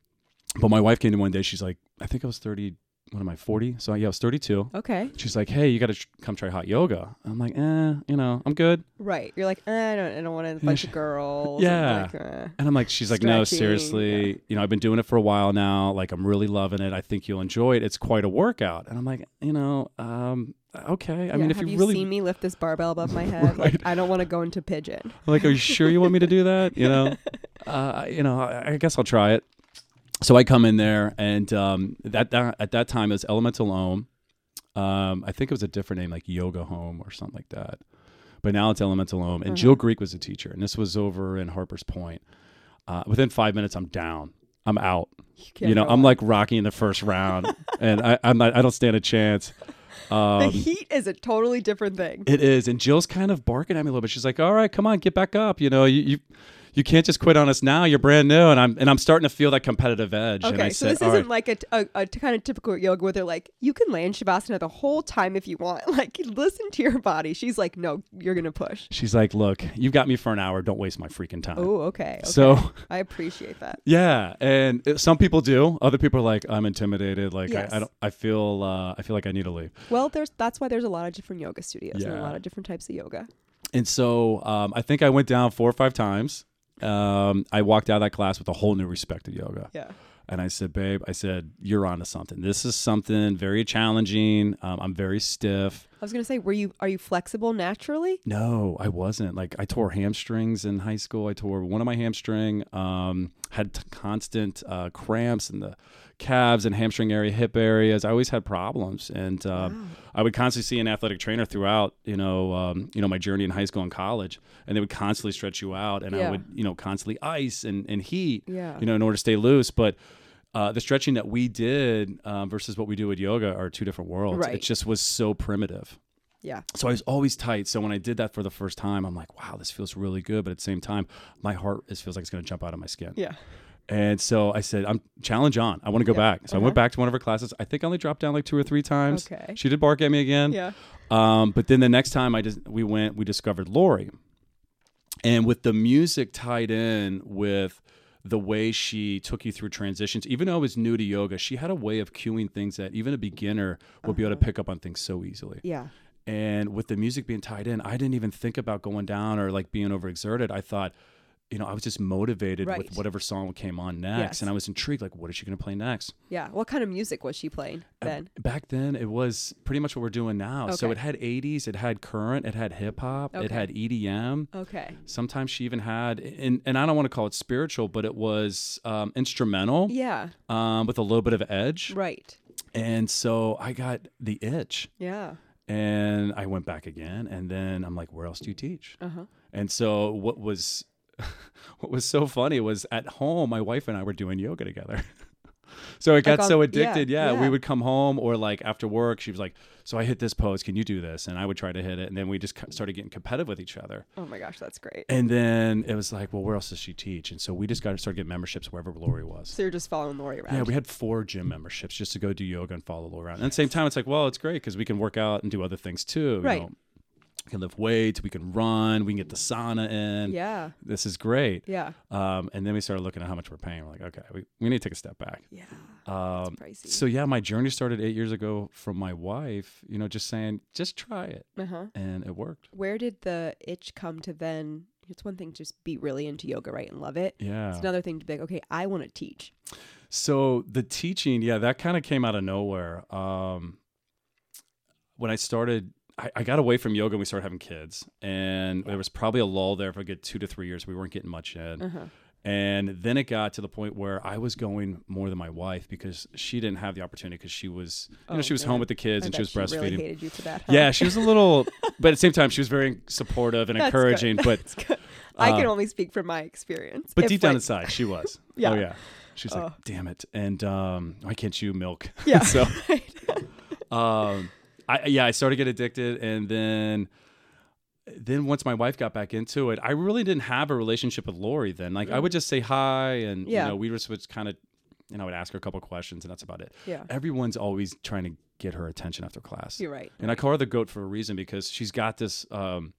S4: but my wife came in one day. She's like, I think I was thirty. what am I, 40? So yeah, I was 32.
S1: Okay.
S4: She's like, hey, you got to tr- come try hot yoga. I'm like, eh, you know, I'm good.
S1: Right. You're like, eh, I don't, I don't want a bunch of girls. and,
S4: Yeah.
S1: like, eh.
S4: And I'm like, she's like, no,
S1: Stretching,
S4: seriously, you know, I've been doing it for a while now. Like, I'm really loving it. I think you'll enjoy it. It's quite a workout. And I'm like, you know, um, okay. I
S1: Yeah,
S4: mean, if
S1: have
S4: you,
S1: you,
S4: really
S1: seen me lift this barbell above my head? Like, I don't want to go into pigeon.
S4: like, are you sure you want me to do that? You know, uh, you know, I, I guess I'll try it. So I come in there, and um, that, that at that time it was Elemental Ohm. Um, I think it was a different name, like Yoga Home or something like that. But now it's Elemental Ohm, and
S1: Uh-huh.
S4: Jill Greek was a teacher, and this was over in Harper's Point. Uh, within five minutes, I'm down. I'm out.
S1: can't
S4: you know,
S1: go
S4: I'm
S1: up.
S4: like Rocky in the first round, and I, I'm not. I don't stand a chance.
S1: The
S4: Um,
S1: heat is a totally different thing.
S4: it is, and Jill's kind of barking at me a little bit. She's like, "All right, come on, get back up. You know, you you, you can't just quit on us now. You're brand new." And I'm and I'm starting to feel that competitive edge. and I
S1: Okay, so
S4: said,
S1: this
S4: "All
S1: isn't
S4: right."
S1: like a, t- a- a t- kind of typical yoga where they're like, you can land shavasana the whole time if you want. Like, listen to your body. She's like, no, you're gonna push.
S4: She's like, "Look, you've got me for an hour. Don't waste my freaking time."
S1: Oh, okay, okay.
S4: So
S1: I appreciate that.
S4: yeah, and it- some people do. Other people are like, "I'm intimidated. Like
S1: Yes.
S4: I, I don't. I feel. Uh, I feel like I need to leave."
S1: Well, there's that's why there's a lot of different yoga studios and a
S4: Yeah.
S1: lot of different types of yoga.
S4: And so um, I think I went down four or five times. Um, I walked out of that class with a whole new respect to yoga.
S1: Yeah.
S4: And I said, babe, I said, you're onto something. This is something very challenging. Um, I'm very stiff.
S1: I was gonna say, were you are you flexible naturally?
S4: No, I wasn't. Like I tore hamstrings in high school. I tore one of my hamstring. Um, had t- constant uh, cramps in the calves and hamstring area, hip areas. I always had problems, and um, I would constantly see an athletic trainer throughout. You know, um, you know my journey in high school and college, and they would constantly stretch you out, and
S1: Yeah.
S4: I would you know constantly ice and and heat.
S1: Yeah.
S4: You know, in order to stay loose, but. Uh, the stretching that we did um, versus what we do with yoga are two different worlds.
S1: Right.
S4: It just was so primitive
S1: Yeah.
S4: so I was always tight. So when I did that for the first time, I'm like, wow, this feels really good. But at the same time, my heart is feels like it's going to jump out of my skin.
S1: Yeah.
S4: And so I said, I'm challenge on. I want to go back. So I went back to one of her classes. I think I only dropped down like two or three times.
S1: Okay.
S4: She did bark at me again.
S1: Yeah.
S4: Um, but then the next time I just we went, we discovered Lori. And with the music tied in with the way she took you through transitions, even though I was new to yoga, she had a way of cueing things that even a beginner would be able
S1: Uh-huh.
S4: to pick up on things so easily.
S1: Yeah.
S4: And with the music being tied in, I didn't even think about going down or like being overexerted. I thought, you know, I was just motivated
S1: Right.
S4: with whatever song came on next.
S1: Yes.
S4: And I was intrigued, like, what is she going to play next?
S1: Yeah. What kind of music was she playing
S4: uh,
S1: then?
S4: Back then, it was pretty much what we're doing now. So
S1: Okay.
S4: it had 80s, it had current, it had hip hop, it
S1: Okay.
S4: had EDM.
S1: Okay.
S4: Sometimes she even had, and, and I don't want to call it spiritual, but it was um, instrumental
S1: Yeah.
S4: um, with a little bit of edge.
S1: Right.
S4: And so I got the itch.
S1: Yeah.
S4: And I went back again, and then I'm like, "Where else do you teach?"
S1: Uh-huh.
S4: And so what was what was so funny was at home, my wife and I were doing yoga together. so it got
S1: Like on-
S4: so
S1: yeah,
S4: addicted. Yeah,
S1: yeah.
S4: we would come home or like after work, she was like, "So I hit this pose. Can you do this?" And I would try to hit it, and then we just ca- started getting competitive with each other.
S1: Oh my gosh, that's great.
S4: And then it was like, "Well, where else does she teach?" And so we just got to start getting memberships wherever Lori was.
S1: So you're just following Lori around.
S4: Yeah, we had four gym memberships just to go do yoga and follow Laura around. And at the same time, it's like, well, it's great because we can work out and do other things too. you
S1: Right.
S4: know. we can lift weights, we can run, we can get the sauna in.
S1: Yeah.
S4: This is great.
S1: Yeah.
S4: Um, and then we started looking at how much we're paying. We're like, okay, we, we need to take a step back.
S1: Yeah.
S4: Um,
S1: pricey.
S4: so, yeah, my journey started eight years ago from my wife, you know, just saying, just try it.
S1: Uh-huh.
S4: And it worked.
S1: Where did the itch come to then? It's one thing to just be really into yoga, right, and love it.
S4: Yeah.
S1: It's another thing to be like, okay, I want to teach.
S4: So the teaching, yeah, that kind of came out of nowhere. Um, when I started, I, I got away from yoga and we started having kids, and there was probably a lull there for a good two to three years. We weren't getting much in,
S1: Mm. Uh-huh.
S4: and then it got to the point where I was going more than my wife because she didn't have the opportunity because she was, you know,
S1: Oh,
S4: she was home with the kids and she was breastfeeding.
S1: really hated you for that. huh?
S4: yeah, she was a little, but at the same time, she was very supportive and
S1: That's good.
S4: encouraging. But uh,
S1: That's good. I can only speak from my experience.
S4: but
S1: If,
S4: deep down
S1: like-
S4: inside, she was.
S1: Yeah.
S4: Oh yeah. She's like, damn it. And um, why can't you milk?
S1: Yeah,
S4: so um I yeah, I started to get addicted and then then once my wife got back into it, I really didn't have a relationship with Lori then. Like I would just say hi and
S1: Mm. Yeah.
S4: you know, we just would kind of and I would ask her a couple questions and that's about it.
S1: Yeah.
S4: Everyone's always trying to get her attention after class.
S1: you're right.
S4: And I call her the goat for a reason because she's got this um,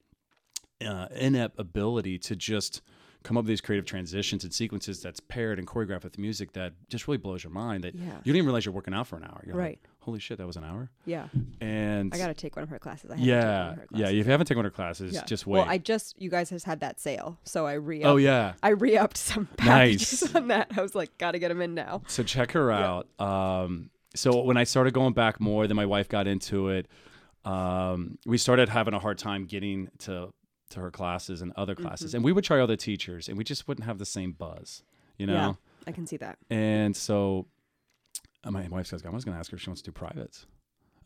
S4: uh, inept ability to just come up with these creative transitions and sequences that's paired and choreographed with music that just really blows your mind. That
S1: Yeah.
S4: you don't even realize you're working out for an hour. You're
S1: Right.
S4: Like, holy shit, that was an hour.
S1: Yeah.
S4: And
S1: I got to take one of her classes. I haven't taken one
S4: yeah,
S1: of her
S4: yeah.
S1: classes.
S4: If you haven't taken one of her classes,
S1: Yeah.
S4: just wait.
S1: Well, I just you guys just had that sale, so I re.
S4: oh yeah.
S1: I re-upped some
S4: Nice.
S1: packages on that. I was like, gotta get them in now.
S4: So check her out. Um, so when I started going back more, then my wife got into it. Um, we started having a hard time getting to to her classes and
S1: Mm-hmm.
S4: other classes, and we would try other teachers, and we just wouldn't have the same buzz, you know.
S1: Yeah. I can see that.
S4: And so uh, my wife says, I'm just going to ask her if she wants to do privates.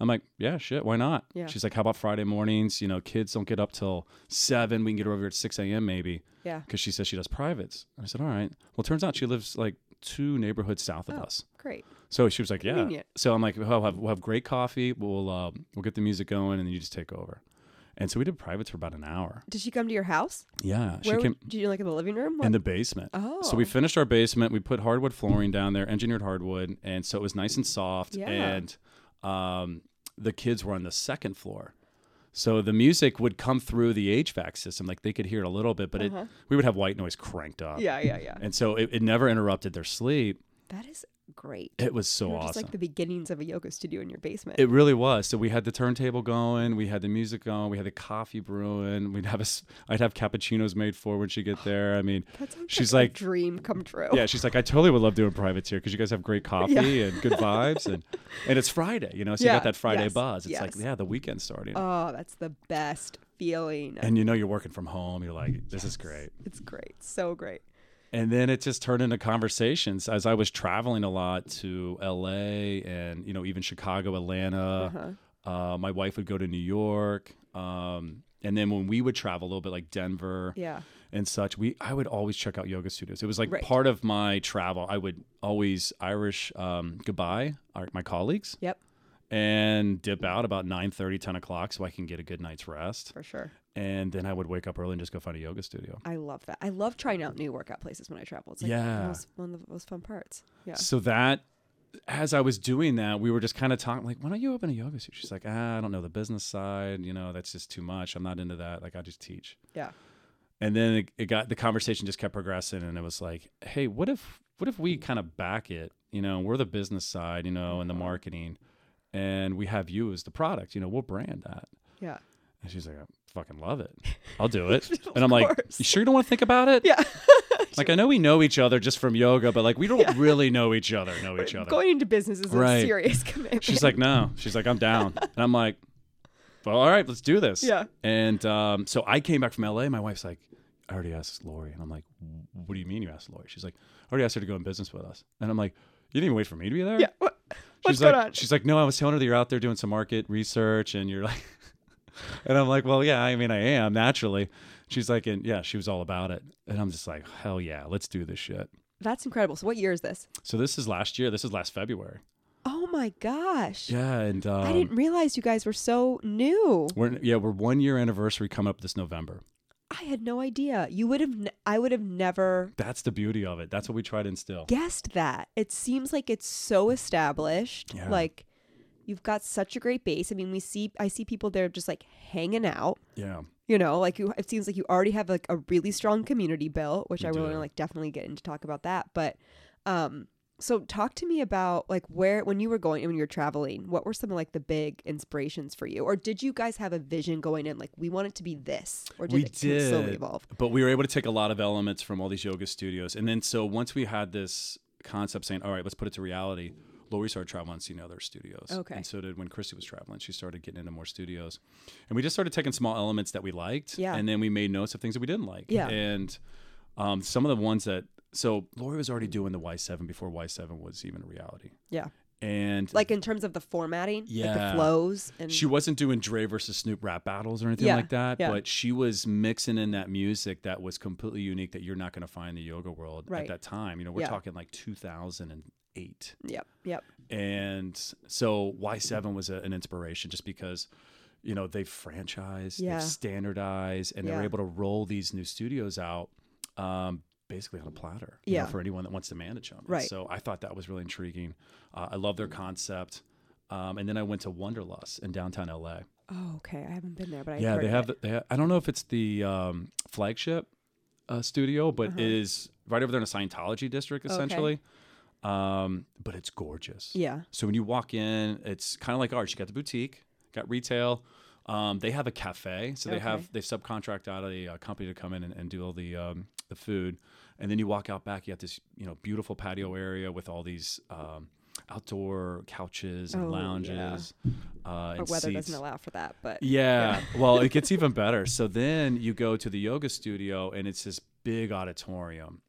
S4: I'm like, yeah, shit, why not?
S1: Yeah.
S4: She's like, how about Friday mornings? You know, kids don't get up till seven. We can get her over here at 6 a.m. maybe.
S1: Yeah.
S4: Because she says she does privates. And I said, all right. Well, turns out she lives like two neighborhoods south of
S1: Oh.
S4: us.
S1: Great.
S4: So she was like, yeah.
S1: Convenient.
S4: So I'm like, we'll have, we'll have great coffee. We'll, uh, we'll get the music going and then you just take over. And so we did privates for about an hour.
S1: Did she come to your house?
S4: Yeah.
S1: Where
S4: she came
S1: would, did you like in the living room? What-
S4: in the basement.
S1: oh.
S4: So we finished our basement. We put hardwood flooring down there, engineered hardwood, and so it was nice and soft.
S1: Yeah.
S4: And um, the kids were on the second floor, so the music would come through the HVAC system. Like they could hear it a little bit, but it, we would have white noise cranked up.
S1: Uh-huh. yeah, yeah, yeah.
S4: And so it, it never interrupted their sleep.
S1: That is great.
S4: It was
S1: You
S4: so
S1: were
S4: awesome.
S1: Just like the beginnings of a yoga studio in your basement.
S4: It really was. So we had the turntable going, we had the music going, we had the coffee brewing. We'd have a, s- I'd have cappuccinos made for her when she get there. I mean,
S1: that sounds
S4: she's
S1: like,
S4: like-
S1: a dream come true.
S4: yeah, she's like, I totally would love doing privateer because you guys have great coffee and good vibes, and and it's Friday, you know, so you
S1: Yeah,
S4: got that Friday
S1: yes,
S4: buzz. It's like,
S1: yes.
S4: yeah, the weekend's starting,
S1: Oh, that's the best feeling.
S4: and you know you're working from home. You're like, this is great.
S1: it's great. So great.
S4: And then it just turned into conversations as I was traveling a lot to L.A. and you know even Chicago, Atlanta. uh
S1: Uh-huh.
S4: my wife would go to New York, um, and then when we would travel a little bit, like Denver,
S1: Yeah.
S4: and such we i would always check out yoga studios it was like
S1: Right.
S4: part of my travel i would always irish um, goodbye our, my colleagues
S1: Yep.
S4: and dip out about 9 10 o'clock so i can get a good night's rest
S1: For sure.
S4: and then i would wake up early and just go find a yoga studio
S1: I love that. I love trying out new workout places when I travel. It's like the
S4: Yeah.
S1: most- one of the most fun parts. Yeah.
S4: so that as i was doing that we were just kind of talking like why don't you open a yoga studio she's like ah, i don't know the business side you know that's just too much i'm not into that like i just teach
S1: Yeah.
S4: and then it, it got the conversation just kept progressing and it was like hey what if what if we kind of back it you know we're the business side you know and the
S1: Uh-huh.
S4: marketing and we have you as the product you know we'll brand that
S1: Yeah.
S4: and she's like i fucking love it i'll do it and i'm like
S1: course.
S4: you sure you don't want to think about it
S1: Yeah.
S4: like i know we know each other just from yoga but like we don't really know each other know each other
S1: Going into business is
S4: Right.
S1: a serious commitment.
S4: she's like no she's like i'm down and i'm like well all right let's do this
S1: Yeah.
S4: and um, so I came back from LA. My wife's like, I already asked Lori. And I'm like, what do you mean you asked Lori? She's like, I already asked her to go in business with us. And I'm like, you didn't even wait for me to be there?
S1: yeah. What, what's
S4: she's
S1: going
S4: like,
S1: on?
S4: She's like, no, I was telling her that you're out there doing some market research and you're like, and I'm like, well, yeah, I mean, I am naturally. She's like, and yeah, she was all about it. And I'm just like, hell yeah, let's do this shit.
S1: That's incredible. So what year is this?
S4: So this is last year. This is last February.
S1: Oh my gosh.
S4: Yeah. And um,
S1: I didn't realize you guys were so new.
S4: we're, yeah, we're one year anniversary coming up this November.
S1: I had no idea. You would have. N- I would have never
S4: That's the beauty of it. That's what we try to instill.
S1: guessed that. It seems like it's so established.
S4: Yeah.
S1: Like you've got such a great base. I mean, we see. I see people there just like hanging out.
S4: Yeah.
S1: You know, like you. It seems like you already have like a really strong community built, which
S4: We
S1: I really
S4: do.
S1: want to like definitely get into talk about that. But, um, so talk to me about like where when you were going and when you were traveling, what were some of like the big inspirations for you, or did you guys have a vision going in like we want it to be this, or did
S4: We
S1: it kind of slowly
S4: did.
S1: evolve?
S4: But we were able to take a lot of elements from all these yoga studios. And then so once we had this concept saying, all right, let's put it to reality, Lori started traveling and seeing other studios.
S1: Okay.
S4: And so did when Christy was traveling. She started getting into more studios. And we just started taking small elements that we liked.
S1: Yeah.
S4: And then we made notes of things that we didn't like.
S1: Yeah.
S4: And um, some of the ones that, so Lori was already doing the Y7 before Y7 was even a reality.
S1: Yeah.
S4: And
S1: Like in terms of the formatting, like the
S4: Yeah.
S1: flows and
S4: she wasn't doing Dre versus Snoop rap battles or anything
S1: Yeah,
S4: like that,
S1: yeah.
S4: but she was mixing in that music that was completely unique that you're not going to find in the yoga world
S1: Right.
S4: at that time. You know, we're
S1: Yeah.
S4: talking like 2008.
S1: yep, yep,
S4: And so Y7 was a, an inspiration just because, you know, they've franchised,
S1: Yeah.
S4: they've standardized, and they're
S1: Yeah.
S4: able to roll these new studios out um, basically on a platter you know,
S1: Yeah.
S4: for anyone that wants to manage them. And
S1: Right.
S4: So I thought that was really intriguing. Uh, I love their concept. Um, and then I went to Wonderlust in downtown LA.
S1: Oh, okay. I haven't been there, but I
S4: yeah,
S1: heard
S4: they
S1: of
S4: have,
S1: it.
S4: the, they have. I don't know if it's the um,
S1: Uh-huh.
S4: flagship uh, studio, but it is right over there in a Scientology district, essentially. um, but it's gorgeous.
S1: Yeah.
S4: So when you walk in, it's kind of like ours. You got the boutique, got retail. Um, they have a cafe, so they have they subcontract out a, uh company to come in and, and do all the um, the food, and then you walk out back. You got this you know beautiful patio area with all these um, outdoor couches and
S1: Oh, yeah.
S4: lounges. Uh,
S1: Our
S4: and
S1: weather
S4: seats.
S1: doesn't allow for that, but
S4: Yeah. well, it gets even better. So then you go to the yoga studio and it's this big auditorium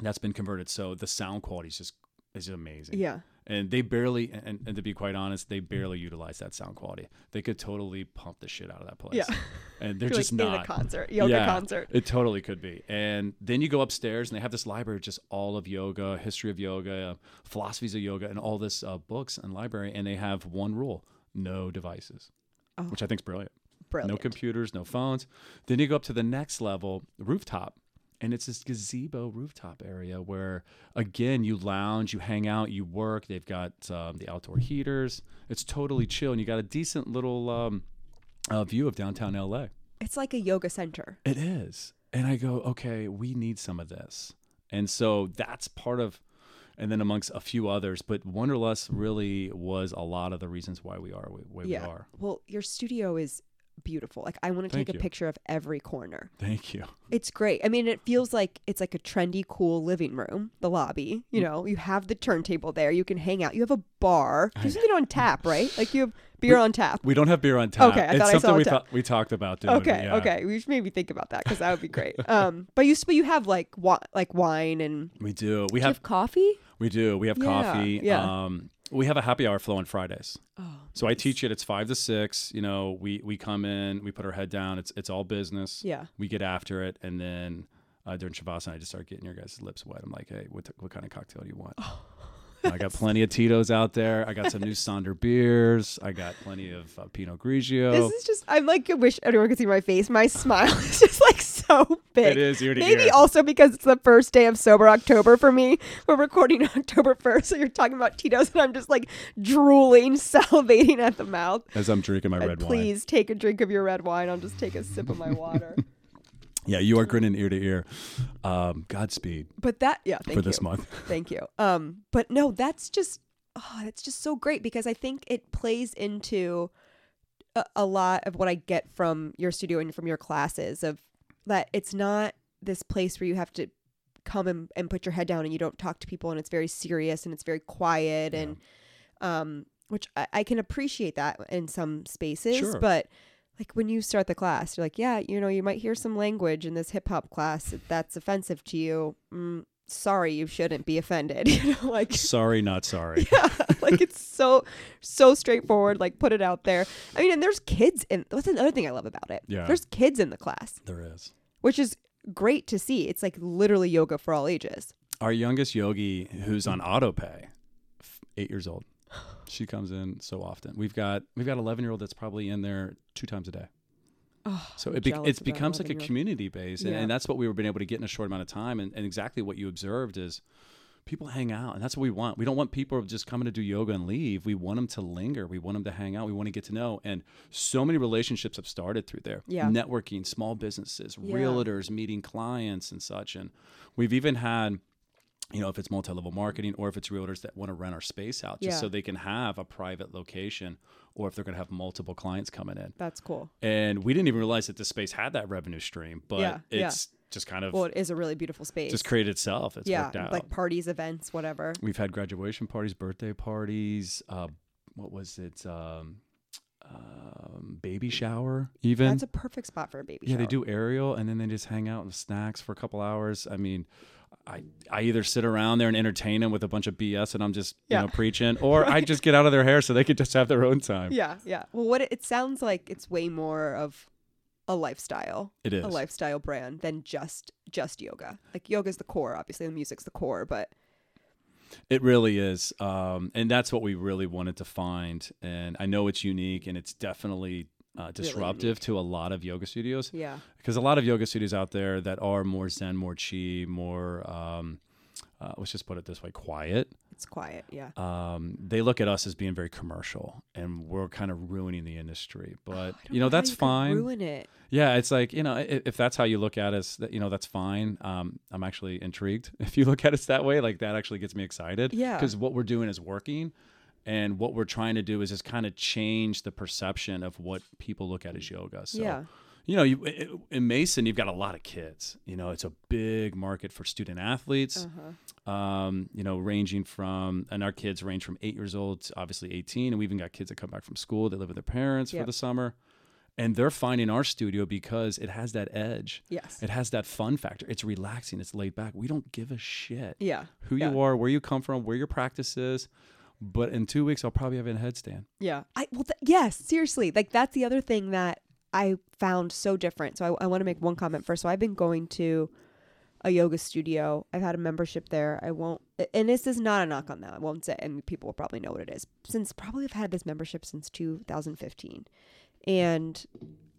S4: that's been converted. So the sound quality is just is amazing.
S1: yeah.
S4: And they barely and, and to be quite honest, they barely utilize that sound quality. They could totally pump the shit out of that place.
S1: Yeah.
S4: And they're
S1: You're,
S4: just
S1: like in a
S4: not.
S1: concert, yoga
S4: Yeah,
S1: concert.
S4: It totally could be. And then you go upstairs and they have this library, of just all of yoga, history of yoga, philosophies of yoga, and all this uh, books and library. And they have one rule: no devices,
S1: Oh.
S4: which I think is brilliant.
S1: Brilliant.
S4: No computers, no phones. Then you go up to the next level, rooftop, and it's this gazebo rooftop area where, again, you lounge, you hang out, you work. They've got um, the outdoor heaters. It's totally chill, and you got a decent little um, uh, view of downtown LA.
S1: It's like a yoga center.
S4: It is. And I go, okay, we need some of this. And so that's part of, and then amongst a few others, but Wonderlust really was a lot of the reasons why we are where
S1: yeah.
S4: we are.
S1: Well, your studio is beautiful. Like I want to
S4: Thank
S1: take a
S4: you.
S1: picture of every corner.
S4: Thank you.
S1: It's great. I mean, it feels like it's like a trendy, cool living room, the lobby.
S4: Mm.
S1: You know, you have the turntable there. You can hang out. You have a bar. You something on tap, right? Like you have beer on tap.
S4: We don't have beer on tap.
S1: Okay, I
S4: it's
S1: thought I
S4: something
S1: saw
S4: we
S1: a tap.
S4: thought we talked about doing.
S1: Okay,
S4: yeah.
S1: okay. We should maybe think about that because that would be great. um, but you, s- but you have like wa- like wine and
S4: We do.
S1: do
S4: We
S1: you
S4: have
S1: have coffee.
S4: we do. We have
S1: Yeah,
S4: coffee.
S1: yeah.
S4: Um we have a happy hour flow on Fridays.
S1: Oh,
S4: So I teach it. It's five to six. You know, we we come in, we put our head down. It's it's all business.
S1: Yeah.
S4: We get after it, and then uh, during Shavasana, I just start getting your guys' lips wet. I'm like, hey, what what kind of cocktail do you want?
S1: Oh.
S4: And I got plenty of Tito's out there. I got some new Sonder beers. I got plenty of uh, Pinot Grigio.
S1: This is just. I'm like. I wish everyone could see my face. My smile is just like so big.
S4: It is ear to
S1: Maybe
S4: ear.
S1: also because it's the first day of sober October for me. We're recording on October 1st, so you're talking about Tito's, and I'm just like drooling, salivating at the mouth.
S4: As I'm drinking my
S1: And
S4: red wine.
S1: Uh, please take a drink of your red wine. I'll just take a sip of my water.
S4: Yeah, you are grinning ear to ear. Um, Godspeed
S1: But that, yeah, thank
S4: for
S1: you.
S4: this month.
S1: Thank you. Um, but no, that's just oh, that's just so great because I think it plays into a, a lot of what I get from your studio and from your classes of that it's not this place where you have to come and, and put your head down and you don't talk to people and it's very serious and it's very quiet and um which I, I can appreciate that in some spaces
S4: Sure.
S1: but like when you start the class you're like yeah you know you might hear some language in this hip-hop class that's offensive to you mm, sorry you shouldn't be offended you know like
S4: sorry, not sorry.
S1: yeah, like it's so so straightforward like put it out there i mean and there's kids in that's another thing i love about it
S4: Yeah.
S1: there's kids in the class
S4: There is.
S1: which is great to see it's like literally yoga for all ages
S4: Our youngest yogi, who's
S1: Mm.
S4: on autopay, f- eight years old. She comes in so often. We've got we've got eleven year old that's probably in there two times a day. so it be-
S1: jealous
S4: it
S1: of that
S4: becomes like a
S1: 11-year-old.
S4: community base, and,
S1: Yeah.
S4: and that's what we were been able to get in a short amount of time. And, and exactly what you observed is people hang out, and that's what we want. We don't want people just coming to do yoga and leave. We want them to linger. We want them to hang out. We want to get to know. And so many relationships have started through there.
S1: Yeah.
S4: networking, small businesses, realtors, meeting clients, and such. And we've even had you know, if it's multi-level marketing or if it's realtors that want to rent our space out just
S1: Yeah.
S4: so they can have a private location or if they're going to have multiple clients coming in.
S1: that's cool
S4: And we didn't even realize that the space had that revenue stream, but
S1: Yeah, yeah.
S4: it's just kind of
S1: well it is a really beautiful space
S4: just created itself. It's
S1: yeah
S4: worked out.
S1: like parties events whatever
S4: We've had graduation parties, birthday parties, uh, what was it? Um, um, baby shower even.
S1: that's a perfect spot for a baby
S4: yeah, they
S1: shower.
S4: do aerial and then they just hang out with snacks for a couple hours. I mean, I, I either sit around there and entertain them with a bunch of BS and I'm just
S1: Yeah.
S4: you know preaching, or I just get out of their hair so they could just have their own time.
S1: yeah yeah well what it, it sounds like it's way more of a lifestyle
S4: It is.
S1: a lifestyle brand than just just yoga like yoga's the core obviously the music's the core but
S4: It really is. Um, and that's what we really wanted to find. And I know it's unique and it's definitely uh, disruptive to a lot of yoga studios
S1: yeah
S4: because a lot of yoga studios out there that are more Zen, more chi, more, um, uh, let's just put it this way, quiet.
S1: It's quiet. Yeah.
S4: um, they look at us as being very commercial and we're kind of ruining the industry.
S1: Oh,
S4: But, you know, that's fine.
S1: Ruin it.
S4: yeah, it's like, you know, if, if that's how you look at us, that- you know, that's fine. Um, I'm actually intrigued. If you look at us that way, like that actually gets me excited.
S1: Yeah.
S4: Because what we're doing is working. And what we're trying to do is just kind of change the perception of what people look at as yoga. So,
S1: Yeah.
S4: you know, you, i- i- in Mason, you've got a lot of kids. You know, it's a big market for student athletes
S1: Uh-huh.
S4: um, you know, ranging from, and our kids range from eight years old to obviously 18. And we even got kids that come back from school, they live with their parents for
S1: Yep.
S4: the summer. And they're finding our studio because it has that edge.
S1: Yes.
S4: It has that fun factor. It's relaxing, it's laid back. We don't give a shit
S1: Yeah.
S4: who
S1: Yeah.
S4: you are, where you come from, where your practice is. But in two weeks, I'll probably have a headstand.
S1: Yeah. I well, th- yes, seriously. Like that's the other thing that I found so different. So I, I want to make one comment first. So I've been going to a yoga studio. I've had a membership there. I won't, and this is not a knock on that. I won't say, and people will probably know what it is. Since probably I've had this membership since 2015, and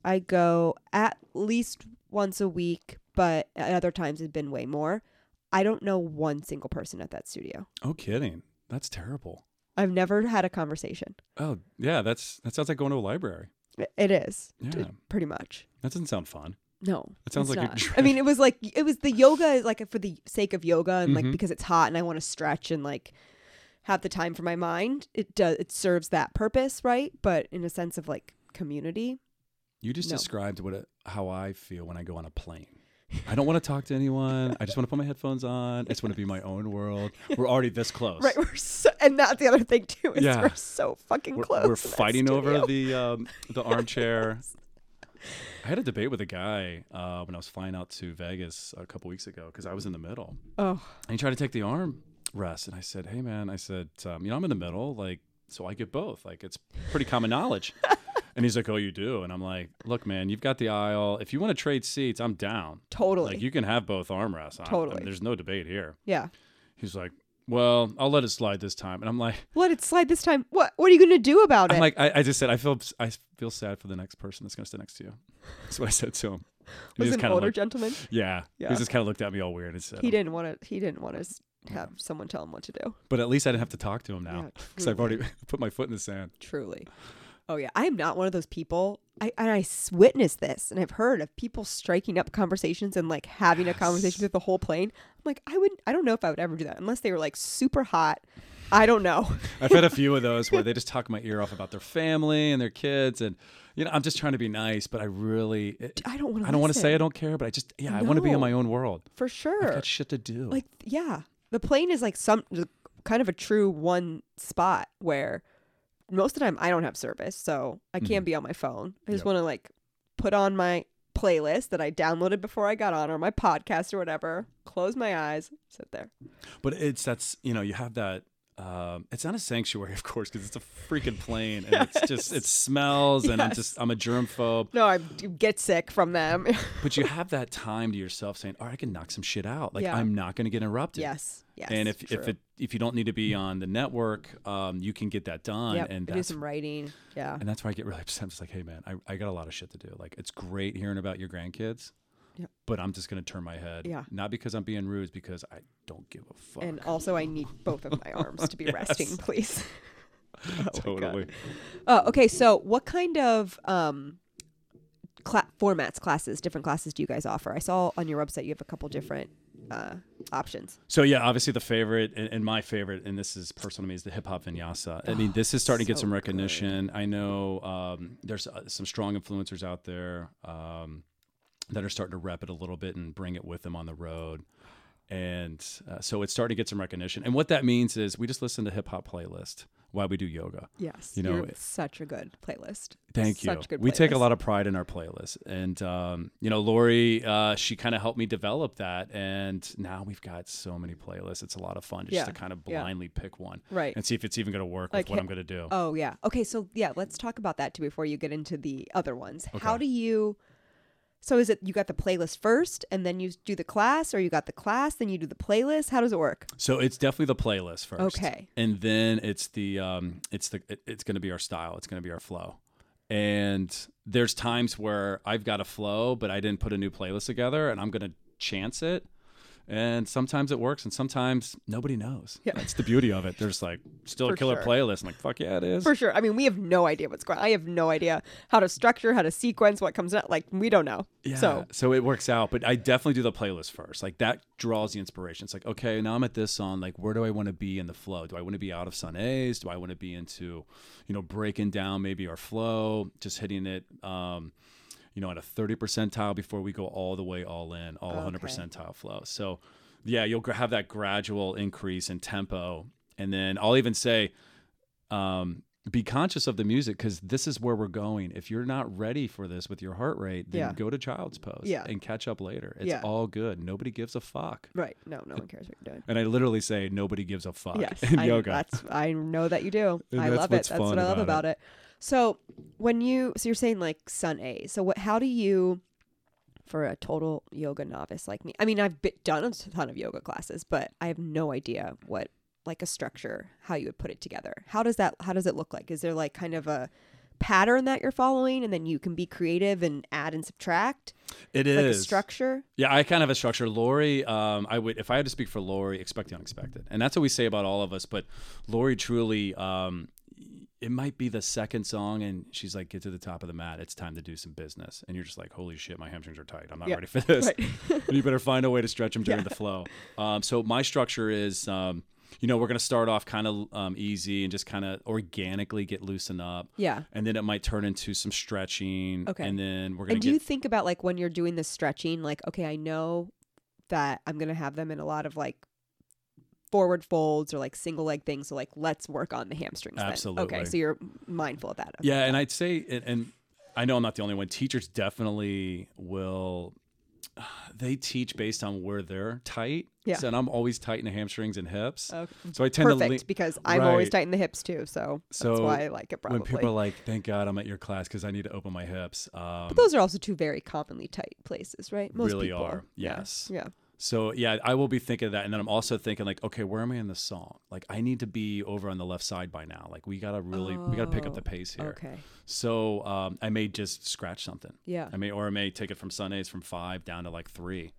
S1: I go at least once a week, but at other times it's been way more. I don't know one single person at that studio.
S4: Oh, kidding. That's terrible.
S1: I've never had a conversation.
S4: Oh, yeah. That's That sounds like going to a library.
S1: It- It is t-
S4: Yeah.
S1: pretty much.
S4: That doesn't sound fun.
S1: No,
S4: That sounds
S1: it's
S4: like a
S1: not.
S4: trip.
S1: I mean, it was like it was the yoga is like for the sake of yoga and like
S4: Mhm.
S1: because it's hot and I want to stretch and like have the time for my mind. It does. It serves that purpose, right? But in a sense of like community.
S4: You just
S1: No.
S4: described what it, how I feel when I go on a plane. I don't want to talk to anyone. I just want to put my headphones on. I just want to be in my own world. We're already this close.
S1: Right, we're so, and that's the other thing too is
S4: Yeah.
S1: we're so fucking
S4: We're,
S1: close.
S4: we're
S1: to that
S4: fighting over
S1: studio.
S4: the um, the armchair. I had a debate with a guy uh, when I was flying out to Vegas a couple weeks ago because I was in the middle.
S1: oh
S4: And he tried to take the arm rest. And I said, Hey, man, I said, um, You know, I'm in the middle. Like, so I get both. Like, it's pretty common knowledge. and he's like, Oh, you do? And I'm like, Look, man, you've got the aisle. If you want to trade seats, I'm down.
S1: totally.
S4: Like, you can have both armrests. I- I-
S1: Totally.
S4: there's no debate here.
S1: yeah,
S4: He's like, Well, I'll let it slide this time. And I'm like,
S1: let it slide this time. What What are you gonna do about
S4: I'm
S1: it?
S4: like, I, I just said, I feel, I feel sad for the next person that's going to sit next to you. That's what I said to him. And he
S1: was
S4: just
S1: an
S4: kinda
S1: older
S4: looked-
S1: gentleman.
S4: yeah,
S1: Yeah.
S4: He just kind of looked at me all weird and said,
S1: He didn't want to. He didn't want to have someone tell him what to do.
S4: But at least I didn't have to talk to him now
S1: Yeah,
S4: because I've already put my foot in the sand.
S1: Truly. Oh yeah, I am not one of those people. I and I s- witnessed this, and I've heard of people striking up conversations and like having a conversation with the whole plane. I'm like, I would, I don't know if I would ever do that unless they were like super hot. I don't know.
S4: I've had a few of those where they just talk my ear off about their family and their kids, and you know, I'm just trying to be nice, but I really, it,
S1: I don't want.
S4: I don't want to say I don't care, but I just, yeah, I want to be in my own world.
S1: for
S4: I've
S1: sure.
S4: got shit to do.
S1: Like yeah, the plane is like some kind of a true one spot where most of the time I don't have service, so I can't be on my phone. I just
S4: Mm-hmm. Yep.
S1: want to like put on my playlist that I downloaded before I got on or my podcast or whatever, close my eyes, sit there.
S4: but it's that's you know, you have that. Um, it's not a sanctuary, of course, because it's a freaking plane, and it's just it smells, and I'm just I'm a germphobe.
S1: No, I d- get sick from them.
S4: But you have that time to yourself, saying, "All right, I can knock some shit out. Like
S1: Yeah.
S4: I'm not going to get interrupted."
S1: yes. Yes.
S4: And if,
S1: true.
S4: if it if you don't need to be on the network, um, you can get that done,
S1: Yep,
S4: and
S1: I do
S4: that's
S1: some writing. Yeah.
S4: And that's why I get really upset. I'm just like, hey, man, I, I got a lot of shit to do. Like, it's great hearing about your grandkids,
S1: Yeah.
S4: but I'm just going to turn my head.
S1: Yeah.
S4: Not because I'm being rude, it's because I don't give a fuck.
S1: And also I need both of my arms to be resting, please.
S4: totally.
S1: Oh, okay. So, what kind of um, cla- formats, classes, different classes do you guys offer? I saw on your website you have a couple different uh, options.
S4: So, yeah, obviously the favorite and, and my favorite, and this is personal to me, is the hip hop vinyasa. I mean, this is starting to get
S1: so
S4: some recognition. I know um, there's uh, some strong influencers out there um, that are starting to rep it a little bit and bring it with them on the road. And uh, so it's starting to get some recognition. And what that means is we just listen to hip hop playlist while we do yoga.
S1: Yes,
S4: You know,
S1: you're
S4: it-
S1: such a good playlist.
S4: Thank you.
S1: Such good
S4: we take a
S1: playlist.
S4: lot of pride in our playlist, and um, you know, Lori, uh, she kind of helped me develop that, and now we've got so many playlists. It's a lot of fun just
S1: Yeah,
S4: to kind of
S1: yeah.
S4: blindly pick one
S1: Right.
S4: and see if it's even going to work
S1: Like
S4: with what
S1: hi-
S4: I'm going to do.
S1: Oh yeah. Okay, so yeah, let's talk about that too before you get into the other ones. How do
S4: Okay.
S1: you? So is it you got the playlist first and then you do the class, or you got the class then you do the playlist? How does it work?
S4: So it's definitely the playlist first.
S1: Okay.
S4: And then it's the um it's the it- it's going to be our style. It's going to be our flow. And there's times where I've got a flow but I didn't put a new playlist together and I'm going to chance it. And sometimes it works, and sometimes nobody knows.
S1: Yeah.
S4: That's the beauty of it. There's like still
S1: For
S4: a killer
S1: sure.
S4: playlist. I'm like, fuck yeah, it is.
S1: For sure. I mean, we have no idea what's going. I have no idea how to structure, how to sequence, what comes out. Like we don't know.
S4: Yeah.
S1: So
S4: So. it works out, but I definitely do the playlist first. Like that draws the inspiration. It's like, okay, now I'm at this song. Like, where do I want to be in the flow? Do I want to be out of sun A's? Do I want to be into, you know, breaking down maybe our flow, just hitting it, um, you know, at a 30 percentile before we go all the way all in, all 100 percentile flow. So, yeah, you'll gra- have that gradual increase in tempo. And then I'll even say, um, be conscious of the music because this is where we're going. If you're not ready for this with your heart rate, then
S1: Yeah.
S4: go to child's pose
S1: Yeah.
S4: and catch up later. It's
S1: Yeah.
S4: all good. Nobody gives a fuck.
S1: right. No, no one cares what you're doing.
S4: And I literally say nobody gives a fuck
S1: Yes,
S4: in
S1: I,
S4: yoga.
S1: That's I know that you do.
S4: And
S1: I
S4: that's
S1: love it.
S4: what's
S1: That's what
S4: fun
S1: I love about
S4: about
S1: it. So when you so you're saying like sun A. So what? How do you? For a total yoga novice like me, I mean, I've been, done a ton of yoga classes, but I have no idea what like a structure, how you would put it together. How does that? How does it look like? Is there like kind of a pattern that you're following, and then you can be creative and add and subtract
S4: It
S1: like a
S4: is.
S1: structure?
S4: Yeah, I kind of have a structure. Lori, um, I would if I had to speak for Lori, expect the unexpected, and that's what we say about all of us. But Lori truly, um, it might be the second song, and she's like, "Get to the top of the mat. It's time to do some business." And you're just like, "Holy shit, my hamstrings are tight. I'm not
S1: Yeah,
S4: ready for this."
S1: right.
S4: and you better find a way to stretch them during the flow. Um, so my structure is. Um, you know, we're going to start off kind of um, easy and just kind of organically get loosened up.
S1: Yeah.
S4: And then it might turn into some stretching.
S1: Okay.
S4: And then we're going
S1: And
S4: to
S1: do
S4: get.
S1: you think about like when you're doing the stretching, like, okay, I know that I'm going to have them in a lot of like forward folds or like single leg things. So, like, let's work on the hamstrings. then. Okay.
S4: Absolutely.
S1: So you're mindful of that. Okay.
S4: Yeah, and I'd say, and, and I know I'm not the only one. Teachers definitely will. They teach based on where they're tight.
S1: Yeah.
S4: So, and I'm always tight in the hamstrings and hips.
S1: Okay.
S4: So I tend to.
S1: Perfect.
S4: lean-
S1: because I'm always
S4: Right.
S1: tight in the hips too. So, that's
S4: So
S1: why I like it probably.
S4: When people are like, "Thank God I'm at your class because I need to open my hips," um,
S1: but those are also two very commonly tight places, right? Most
S4: really
S1: people.
S4: are.
S1: Yeah.
S4: Yes.
S1: Yeah.
S4: So yeah, I will be thinking of that, and then I'm also thinking like, okay, where am I in the song? Like, I need to be over on the left side by now. Like, we gotta really, we gotta pick up
S1: Oh,
S4: the pace here.
S1: Okay.
S4: So um, I may just scratch something.
S1: Yeah.
S4: I may, or I may take it from Sundays from five down to like three.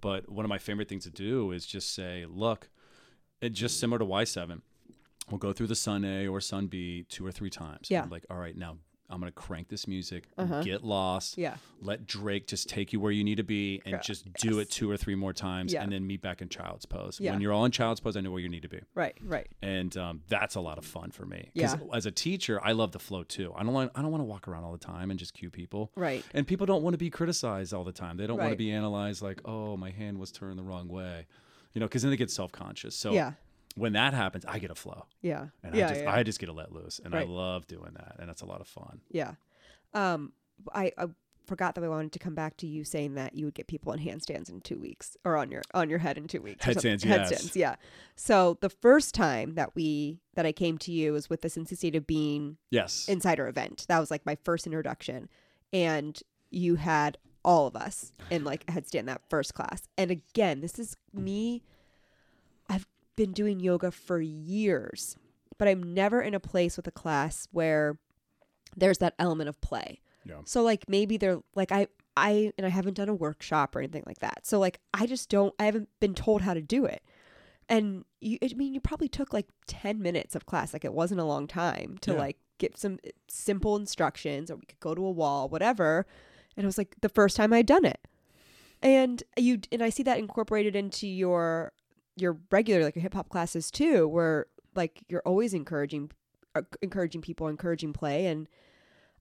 S4: But one of my favorite things to do is just say, look, it just similar to Y7. We'll go through the Sun A or Sun B two or three times.
S1: Yeah.
S4: I'm like, all right, now I'm going to crank this music,
S1: Uh-huh.
S4: get lost.
S1: Yeah.
S4: Let Drake just take you where you need to be and
S1: Yeah.
S4: just do it two or three more times
S1: Yeah.
S4: and then meet back in child's pose.
S1: Yeah.
S4: When you're all in child's pose, I know where you need to be
S1: Right. Right.
S4: and um, that's a lot of fun for me.
S1: Yeah.
S4: 'Cause As a teacher, I love the flow too. I don't want I don't want to walk around all the time and just cue people.
S1: Right.
S4: And people don't want to be criticized all the time. They don't want
S1: Right.
S4: to be analyzed like, oh, my hand was turned the wrong way, you know, because then they get self conscious. So
S1: Yeah.
S4: when that happens, I get a flow,
S1: Yeah.
S4: and
S1: yeah,
S4: I just
S1: yeah.
S4: I just get to let loose, and I
S1: Right.
S4: love doing that, and that's a lot of fun.
S1: Yeah. Um, I, I forgot that we wanted to come back to you saying that you would get people on handstands in two weeks or on your on your head in two weeks. or something.
S4: Headstands, yes.
S1: Headstands, yeah. So the first time that we that I came to you was with the Cincy State of Being
S4: Yes.
S1: Insider event. That was like my first introduction, and you had all of us in like a headstand that first class. And again, this is me. I've been doing yoga for years, but I'm never in a place with a class where there's that element of play.
S4: Yeah.
S1: So like maybe they're like I I and I haven't done a workshop or anything like that. So like I just don't I haven't been told how to do it. And you I mean you probably took like 10 minutes of class like it wasn't a long time to
S4: Yeah.
S1: like get some eh, simple instructions or we could go to a wall whatever. And it was like the first time I'd done it. And you and I see that incorporated into your your regular like your hip hop classes too where like you're always encouraging uh, encouraging people encouraging play and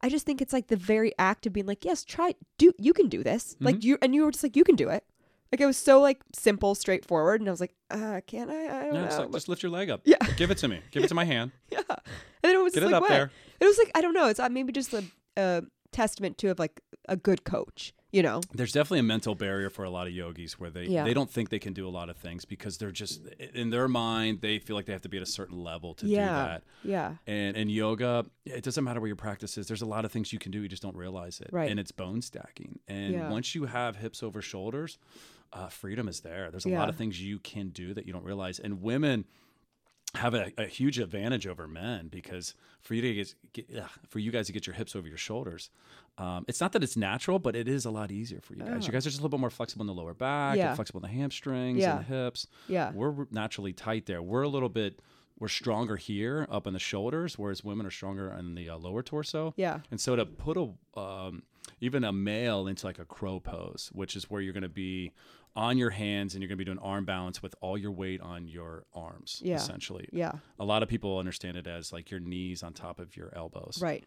S1: I just think it's like the very act of being like, yes, try, do, you can do this.
S4: Mm-hmm.
S1: Like you, and you were just like, you can do it. Like it was so like simple, straightforward, and I was like, uh, can I? I don't
S4: Yeah,
S1: know.
S4: it's like, just lift your leg up.
S1: uh, Yeah.
S4: Give it to me. Give it to my hand.
S1: yeah, and then it was
S4: Get
S1: just
S4: it
S1: like,
S4: up
S1: what?
S4: there.
S1: It was like I don't know. It's uh, maybe just a, a testament to of like a good coach, you know?
S4: there's definitely a mental barrier for a lot of yogis where they,
S2: Yeah.
S4: they don't think they can do a lot of things because they're just in their mind they feel like they have to be at a certain level to do
S1: yeah,
S4: that
S1: yeah,
S4: and in yoga it doesn't matter where your practice is there's a lot of things you can do you just don't realize it
S1: Right.
S4: and it's bone stacking and
S1: Yeah.
S4: once you have hips over shoulders uh, freedom is there there's a
S1: Yeah.
S4: lot of things you can do that you don't realize and women have a, a huge advantage over men because for you to get, get ugh, for you guys to get your hips over your shoulders, um, it's not that it's natural, but it is a lot easier for you guys. You guys are just a little bit more flexible in the lower back,
S1: Ah. Yeah.
S4: and flexible in the hamstrings
S1: Yeah.
S4: and the hips.
S1: Yeah.
S4: we're naturally tight there. We're a little bit we're stronger here up in the shoulders, whereas women are stronger in the uh, lower torso.
S1: Yeah.
S4: And so to put a um, even a male into like a crow pose, which is where you're going to be on your hands and you're going to be doing arm balance with all your weight on your arms,
S1: Yeah.
S4: essentially.
S1: Yeah.
S4: A lot of people understand it as like your knees on top of your elbows.
S1: Right.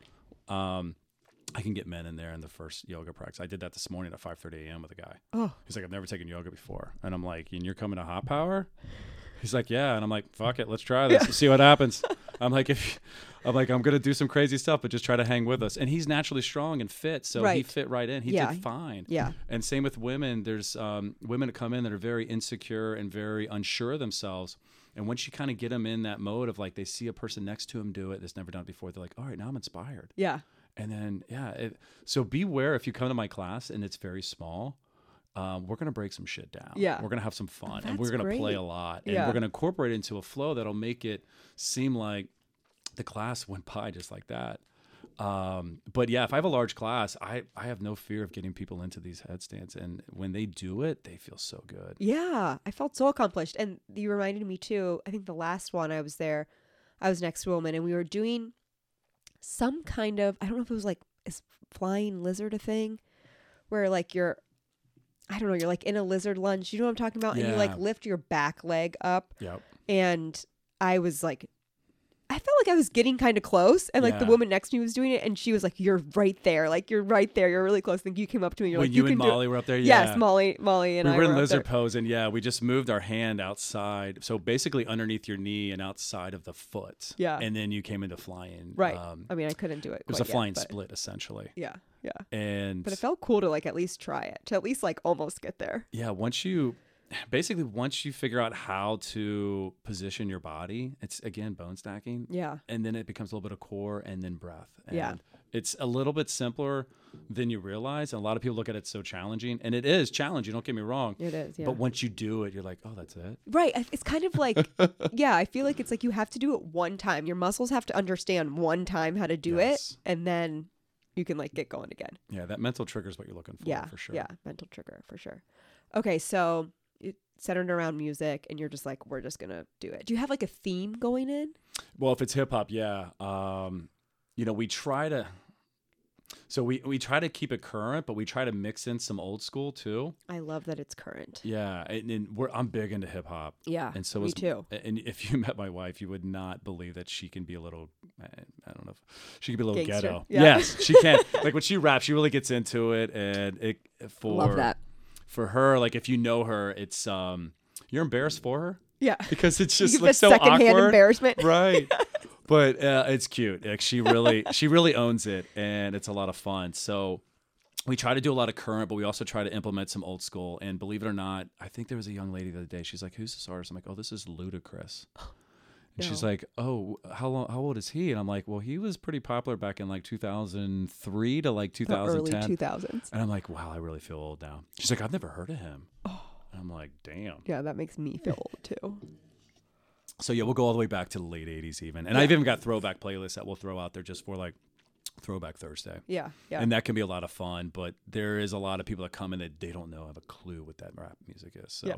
S4: I can get men in there in the first yoga practice. I did that this morning at 5:30 a.m. with a guy.
S1: Oh.
S4: He's like, I've never taken yoga before, and I'm like, and you're coming to hot power? He's like, yeah, and I'm like, fuck it, let's try this, see what happens. I'm like, if I'm like, I'm gonna do some crazy stuff, but just try to hang with us. And he's naturally strong and fit, so he
S1: Right.
S4: fit right in. He
S1: Yeah.
S4: did fine.
S1: Yeah.
S4: And same with women. There's um, women that come in that are very insecure and very unsure of themselves. And once you kind of get them in that mode of like they see a person next to them do it that's never done it before, they're like, all right, now I'm inspired.
S1: Yeah.
S4: And then, yeah, it, so beware if you come to my class and it's very small. Um, we're gonna break some shit down.
S1: Yeah.
S4: we're gonna have some fun, and
S1: that's
S4: we're gonna play
S1: great.
S4: a lot, and
S1: Yeah.
S4: we're gonna incorporate it into a flow that'll make it seem like the class went by just like that. Um, but yeah, if I have a large class, I I have no fear of getting people into these headstands, and when they do it, they feel so good.
S1: Yeah, I felt so accomplished. And you reminded me too, I think the last one I was there, I was next to a woman and we were doing some kind of, I don't know if it was like, is flying lizard a thing? Where like you're, I don't know, you're like in a lizard lunge. You know what I'm talking about? And you
S4: Yeah.
S1: like lift your back leg up.
S4: Yep.
S1: And I was like, I felt like I was getting kind of close. And like the
S4: Yeah.
S1: woman next to me was doing it. And she was like, You're right there. Like you're right there. You're really close. Think you came up to me. You're
S4: when
S1: like,
S4: you,
S1: you
S4: and
S1: can do it."
S4: Molly were up there, yeah.
S1: Yes, Molly, Molly, and
S4: we
S1: I
S4: were in
S1: up
S4: lizard
S1: there.
S4: pose, and yeah, we just moved our hand outside, so basically underneath your knee and outside of the foot.
S1: Yeah.
S4: and then you came into flying.
S1: Right.
S4: um,
S1: I mean, I couldn't do it.
S4: it was a
S1: quite yet,
S4: flying
S1: but-
S4: split essentially,
S1: Yeah, yeah.
S4: and
S1: But it felt cool to like at least try it, to at least like almost get there.
S4: yeah, once you basically once you figure out how to position your body, it's again bone stacking.
S1: Yeah,
S4: and then it becomes a little bit of core and then breath. And
S1: Yeah.
S4: It's a little bit simpler than you realize. A lot of people look at it so challenging, and it is challenging, don't get me wrong.
S1: it is. Yeah,
S4: But once you do it, you're like, oh, that's it.
S1: right. I- It's kind of like, yeah. I feel like it's like you have to do it one time. Your muscles have to understand one time how to do
S4: Yes.
S1: it, and then you can like get going again.
S4: Yeah, that mental trigger is what you're looking for,
S1: yeah,
S4: for sure.
S1: Yeah, mental trigger for sure. Okay, so it centered around music, and you're just like, we're just gonna do it. Do you have like a theme going in?
S4: Well, if it's hip hop, yeah. Um, you know, we try to. So we, we try to keep it current, but we try to mix in some old school too.
S1: I love that it's current.
S4: Yeah, and, and we're I'm big into hip hop.
S1: Yeah,
S4: and so
S1: me
S4: is-
S1: too.
S4: And if you met my wife, you would not believe that she can be a little. I I don't know. If, she can be a little
S1: Gangster.
S4: ghetto.
S1: Yeah.
S4: Yes, she can. like when she raps, she really gets into it, and it for
S3: Love that.
S4: for her. Like if you know her, it's um you're embarrassed for her
S1: Yeah,
S4: because it's just
S1: you
S4: like
S1: get
S4: so
S1: secondhand
S4: awkward
S1: embarrassment.
S4: right but uh, it's cute like she really she really owns it and it's a lot of fun so we try to do a lot of current but we also try to implement some old school and believe it or not i think there was a young lady the other day she's like who's this artist i'm like oh this is ludacris and she's like oh how long how old is he and i'm like well he was pretty popular back in like 2003 to like
S1: The early
S4: 2010
S1: 2000s.
S4: and i'm like wow i really feel old now she's like i've never heard of him
S1: Oh.
S4: and i'm like damn
S1: Yeah, that makes me feel old too.
S4: So yeah, we'll go all the way back to the late '80s, even. And I've even got throwback playlists that we'll throw out there just for like Throwback Thursday,
S1: Yeah, yeah.
S4: and that can be a lot of fun. But there is a lot of people that come in that they don't know have a clue what that rap music is. So
S1: Yeah.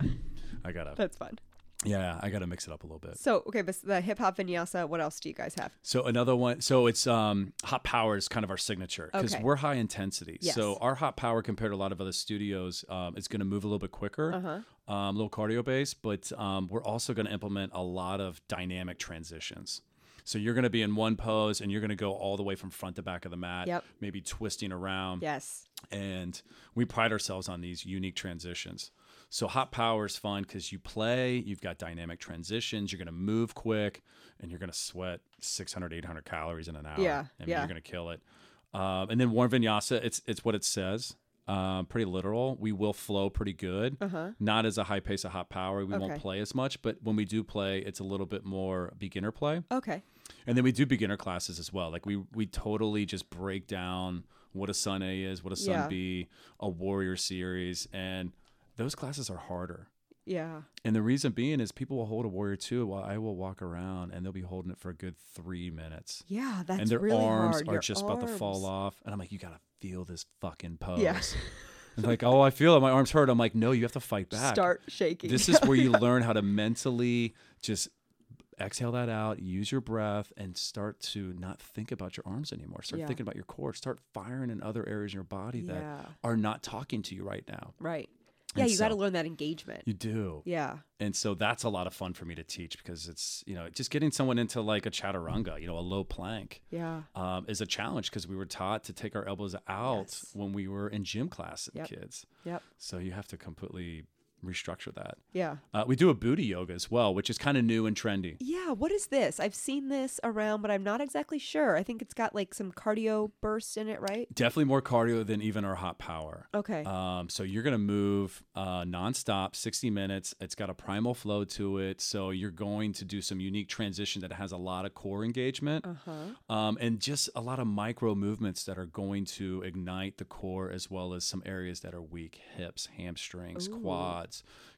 S4: I gotta,
S1: That's fun.
S4: yeah, I gotta mix it up a little bit.
S1: So, okay, but the hip hop vinyasa, what else do you guys have?
S4: So another one. So it's um, hot power is kind of our signature because
S1: Okay.
S4: we're high intensity.
S1: Yes.
S4: So our hot power compared to a lot of other studios, um, it's going to move a little bit quicker, uh-huh. um, a little cardio based, but um, we're also going to implement a lot of dynamic transitions. So you're going to be in one pose and you're going to go all the way from front to back of the mat,
S1: Yep.
S4: maybe twisting around
S1: Yes.
S4: and we pride ourselves on these unique transitions. So hot power is fun because you play, you've got dynamic transitions, you're going to move quick, and you're going to sweat 600, 800 calories in an hour.
S1: Yeah,
S4: I mean,
S1: yeah.
S4: you're going to kill it. Um, and then warm vinyasa, it's it's what it says. Um, pretty literal. We will flow pretty good. Uh-huh. Not as a high pace of hot power. We won't
S1: Okay.
S4: play as much, but when we do play, it's a little bit more beginner play.
S1: Okay.
S4: And then we do beginner classes as well. Like we we totally just break down what a sun A is, what a sun
S1: Yeah.
S4: B, a warrior series, and those classes are harder.
S1: Yeah.
S4: And the reason being is people will hold a warrior two while I will walk around and they'll be holding it for a good three minutes.
S1: Yeah. That's
S4: and their
S1: really
S4: arms
S1: hard.
S4: are
S1: Your
S4: just about to fall
S1: arms.
S4: off. And I'm like, you gotta feel this fucking pose.
S1: Yeah.
S4: And like, oh, I feel it. My arms hurt. I'm like, no, you have to fight back.
S1: Start shaking.
S4: This is where you learn how to mentally just exhale that out, use your breath, and start to not think about your arms anymore. Start
S1: Yeah.
S4: thinking about your core. Start firing in other areas in your body
S1: Yeah.
S4: that are not talking to you right now.
S1: right. Yeah.
S4: And
S1: You got to
S4: so-
S1: learn that engagement.
S4: You do.
S1: yeah.
S4: And so that's a lot of fun for me to teach because it's, you know, just getting someone into like a chaturanga, you know, a low plank
S1: Yeah.
S4: um, is a challenge because we were taught to take our elbows out
S1: Yes.
S4: when we were in gym class as
S1: Yep.
S4: kids.
S1: Yep.
S4: So you have to completely restructure that.
S1: Yeah.
S4: Uh, we do a booty yoga as well, which is kind of new and trendy.
S1: Yeah, what is this? I've seen this around, but I'm not exactly sure. I think it's got like some cardio bursts in it, right?
S4: Definitely more cardio than even our hot power.
S1: Okay.
S4: Um, so you're gonna move uh, nonstop, 60 minutes. It's got a primal flow to it, so you're going to do some unique transition that has a lot of core engagement, uh-huh. um, and just a lot of micro movements that are going to ignite the core as well as some areas that are weak: hips, hamstrings, quads,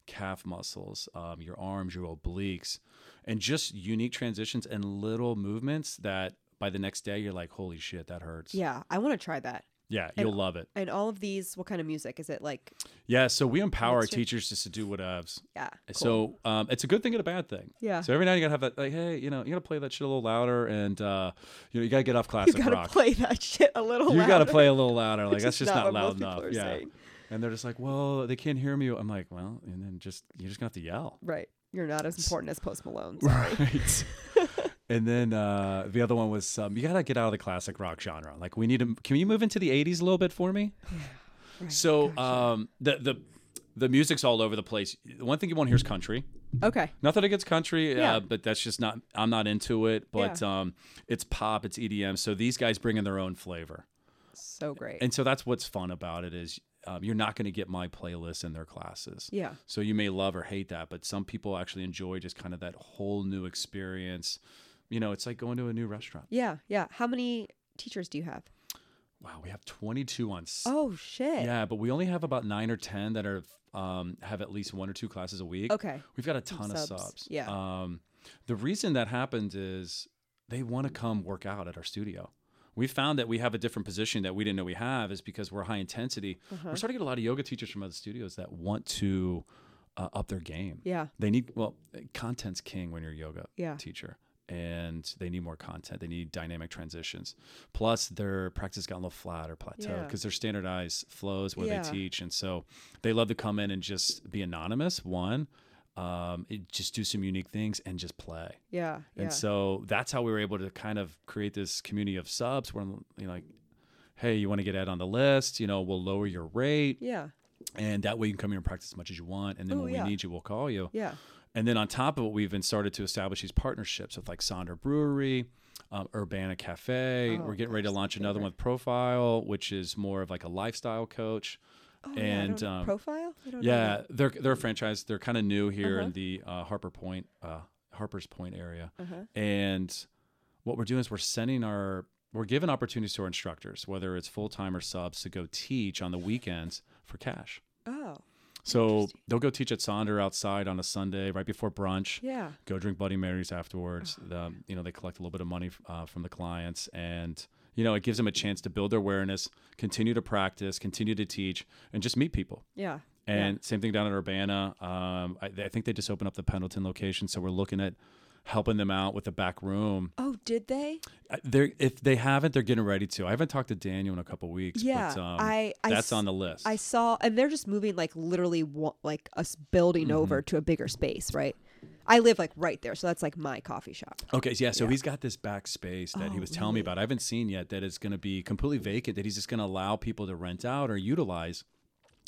S4: calf muscles, um, your arms, your obliques, and just unique transitions and little movements that by the next day you're like, "Holy shit, that hurts!"
S1: yeah, I want to try that.
S4: yeah you'll love it.
S1: And all of these, what kind of music is it? Like,
S4: Yeah, so we empower our
S1: What's your-
S4: teachers just to do whatevs.
S1: yeah,
S4: So um, it's a good thing and a bad thing.
S1: Yeah.
S4: So every now and you gotta have that like, hey, you know, you gotta play that shit a little louder, and uh, you know, you gotta get off classic
S1: you gotta
S4: rock.
S1: play that shit a little.
S4: you
S1: louder.
S4: gotta play a little louder. Like
S1: Which
S4: that's
S1: is
S4: just
S1: not
S4: not,
S1: what
S4: loud
S1: most people
S4: enough.
S1: are
S4: Yeah.
S1: saying.
S4: And they're just like, well, they can't hear me. I'm like, well, and then just you're just gonna have to yell.
S1: Right, you're not as important as Post Malone. so-
S4: Right. and then uh, the other one was um, you gotta get out of the classic rock genre. Like we need to. Can you move into the '80s a little bit for me? so um, the the the music's all over the place. The one thing you won't hear is country.
S1: Okay,
S4: Nothing against country,
S1: Yeah.
S4: uh, but that's just not. I'm not into it. But um, it's pop, it's EDM. So these guys bring in their own flavor,
S1: so great.
S4: and so that's what's fun about it is um, you're not going to get my playlist in their classes.
S1: yeah,
S4: So you may love or hate that, but some people actually enjoy just kind of that whole new experience. You know, it's like going to a new restaurant.
S1: yeah, yeah. How many teachers do you have?
S4: Wow, we have 22 on. s-
S1: Oh shit.
S4: Yeah, but we only have about nine or 10 that are um, have at least one or two classes a week.
S1: Okay.
S4: We've got a ton
S1: subs.
S4: of subs.
S1: Yeah.
S4: Um, the reason that happens is they want to come work out at our studio. We found that we have a different position that we didn't know we have is because we're high intensity.
S1: Uh-huh.
S4: We're starting to get a lot of yoga teachers from other studios that want to uh, up their game.
S1: Yeah.
S4: They need, well, content's king when you're a yoga
S1: Yeah.
S4: teacher. And they need more content. They need dynamic transitions. Plus, their practice got a little flat or plateaued
S1: Yeah.
S4: because they're standardized flows where
S1: Yeah.
S4: they teach. And so they love to come in and just be anonymous, one, um, it- just do some unique things and just play.
S1: Yeah. Yeah.
S4: And so that's how we were able to kind of create this community of subs where, you know, like, hey, you want to get added on the list? You know, we'll lower your rate.
S1: yeah.
S4: And that way you can come here and practice as much as you want. And then
S1: Ooh,
S4: when
S1: Oh, yeah.
S4: we need you, we'll call you.
S1: Yeah.
S4: And then on top of it, we've been started to establish these partnerships with like Sonder Brewery, um, Urbana Cafe. We're getting ready to launch another one with Profile, which is more of like a lifestyle coach.
S1: Oh,
S4: and um,
S1: Profile? I don't know
S4: yeah, they're they're a franchise. They're kind of new here in the uh, Harper Point, uh, Harper's Point area.
S1: Uh-huh.
S4: And what we're doing is we're sending our we're giving opportunities to our instructors, whether it's full time or subs, to go teach on the weekends for cash.
S1: that. Oh,
S4: So they'll go teach at Sonder outside on a Sunday right before brunch.
S1: yeah.
S4: Go drink Bloody Marys afterwards. The, you know they collect a little bit of money uh, from the clients, and you know it gives them a chance to build their awareness, continue to practice, continue to teach, and just meet people.
S1: Yeah.
S4: And same thing down at Urbana. Um, I, I think they just opened up the Pendleton location, so we're looking at helping them out with the back room.
S1: Oh, did they?
S4: They if they haven't, they're getting ready to. I haven't talked to Daniel in a couple weeks.
S1: Yeah,
S4: but, um,
S1: I- I
S4: that's
S1: s-
S4: on the list.
S1: I saw, and they're just moving like literally wa- like us building
S4: Mm-hmm.
S1: over to a bigger space, right? I live like right there, so that's like my coffee shop.
S4: Okay, so yeah, so he's got this back space that he
S1: Oh,
S4: was telling me about. I haven't seen yet that is going to be completely vacant that he's just going to allow people to rent out or utilize.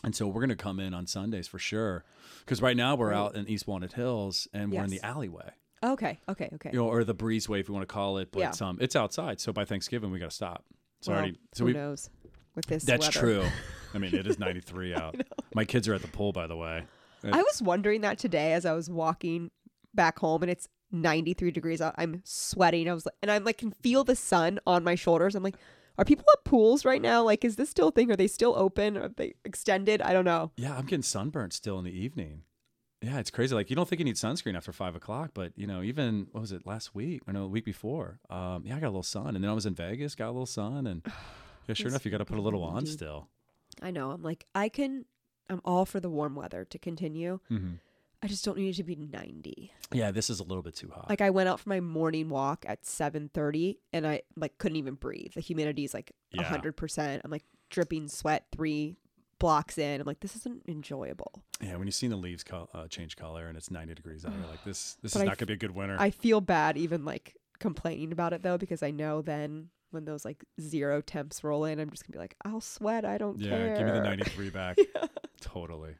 S4: And so we're going to come in on Sundays for sure cuz right now we're out in East Walnut Hills and we're in
S1: Yes.
S4: the alleyway.
S1: Okay, okay, okay.
S4: You know, or the breezeway if you want to call it, but
S1: Yeah.
S4: um it's outside. So by Thanksgiving we got to stop. So
S1: Well,
S4: already so
S1: who
S4: we
S1: knows with this?
S4: That's
S1: weather.
S4: true. I mean, it is 93 out. My kids are at the pool by the way.
S1: I was wondering that today as I was walking back home, and it's 93 degrees out. I'm sweating. I was like, and I'm like, can feel the sun on my shoulders. I'm like, are people at pools right now? Like, is this still a thing? Are they still open? Are they extended? I don't know.
S4: Yeah, I'm getting sunburnt still in the evening. yeah, it's crazy. Like you don't think you need sunscreen after five o'clock, but you know, even what was it last week or no, the week before? Um, yeah, I got a little sun, and then I was in Vegas, got a little sun, and yeah, sure enough, you got to put a little on
S1: indeed.
S4: still.
S1: I know. I'm like, I can, I'm all for the warm weather to continue.
S4: hmm
S1: I just don't need it to be 90.
S4: Yeah, this is a little bit too hot.
S1: Like I went out for my morning walk at 7:30 and I like couldn't even breathe. The humidity is like a
S4: Yeah.
S1: 100%. I'm like dripping sweat 3 blocks in. I'm like this isn't enjoyable.
S4: yeah, when you've seen the leaves co- uh, change color and it's ninety degrees out, you're like, this this
S1: But
S4: is
S1: I
S4: not
S1: f-
S4: gonna be a good winter.
S1: I feel bad even like complaining about it though because I know then when those like zero temps roll in, I'm just going to be like, I'll sweat, I don't
S4: yeah,
S1: care.
S4: give me the ninety three back. Totally.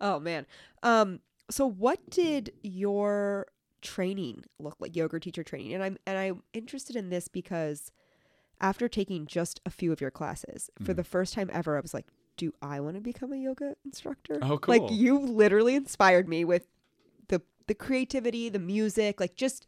S1: Oh man. Um so what did your training look like yoga teacher training? And I'm and I'm interested in this because after taking just a few of your classes, for
S4: Mm-hmm.
S1: the first time ever I was like, do I want to become a yoga instructor?
S4: Oh,
S1: Like
S4: cool.
S1: you literally inspired me with the the creativity, the music, like just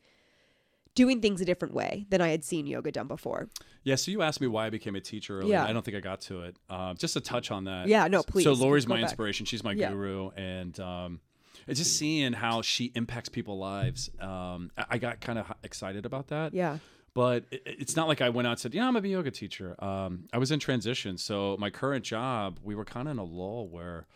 S1: doing things a different way than I had seen yoga done before.
S4: Yeah, so you asked me why I became a teacher earlier.
S1: Yeah.
S4: I don't think I got to it. Um, just to touch on that.
S1: Yeah, no,
S4: S-
S1: please,
S4: So Lori's
S1: go
S4: my
S1: back.
S4: inspiration. She's my
S1: Yeah.
S4: guru, and um, it's just seeing how she impacts people's lives. Um, I, I got kind of excited about that.
S1: Yeah.
S4: But it, it's not like I went out and said, "Yeah, I'm gonna be a yoga teacher." Um, I was in transition, so my current job, we were kind of in a lull where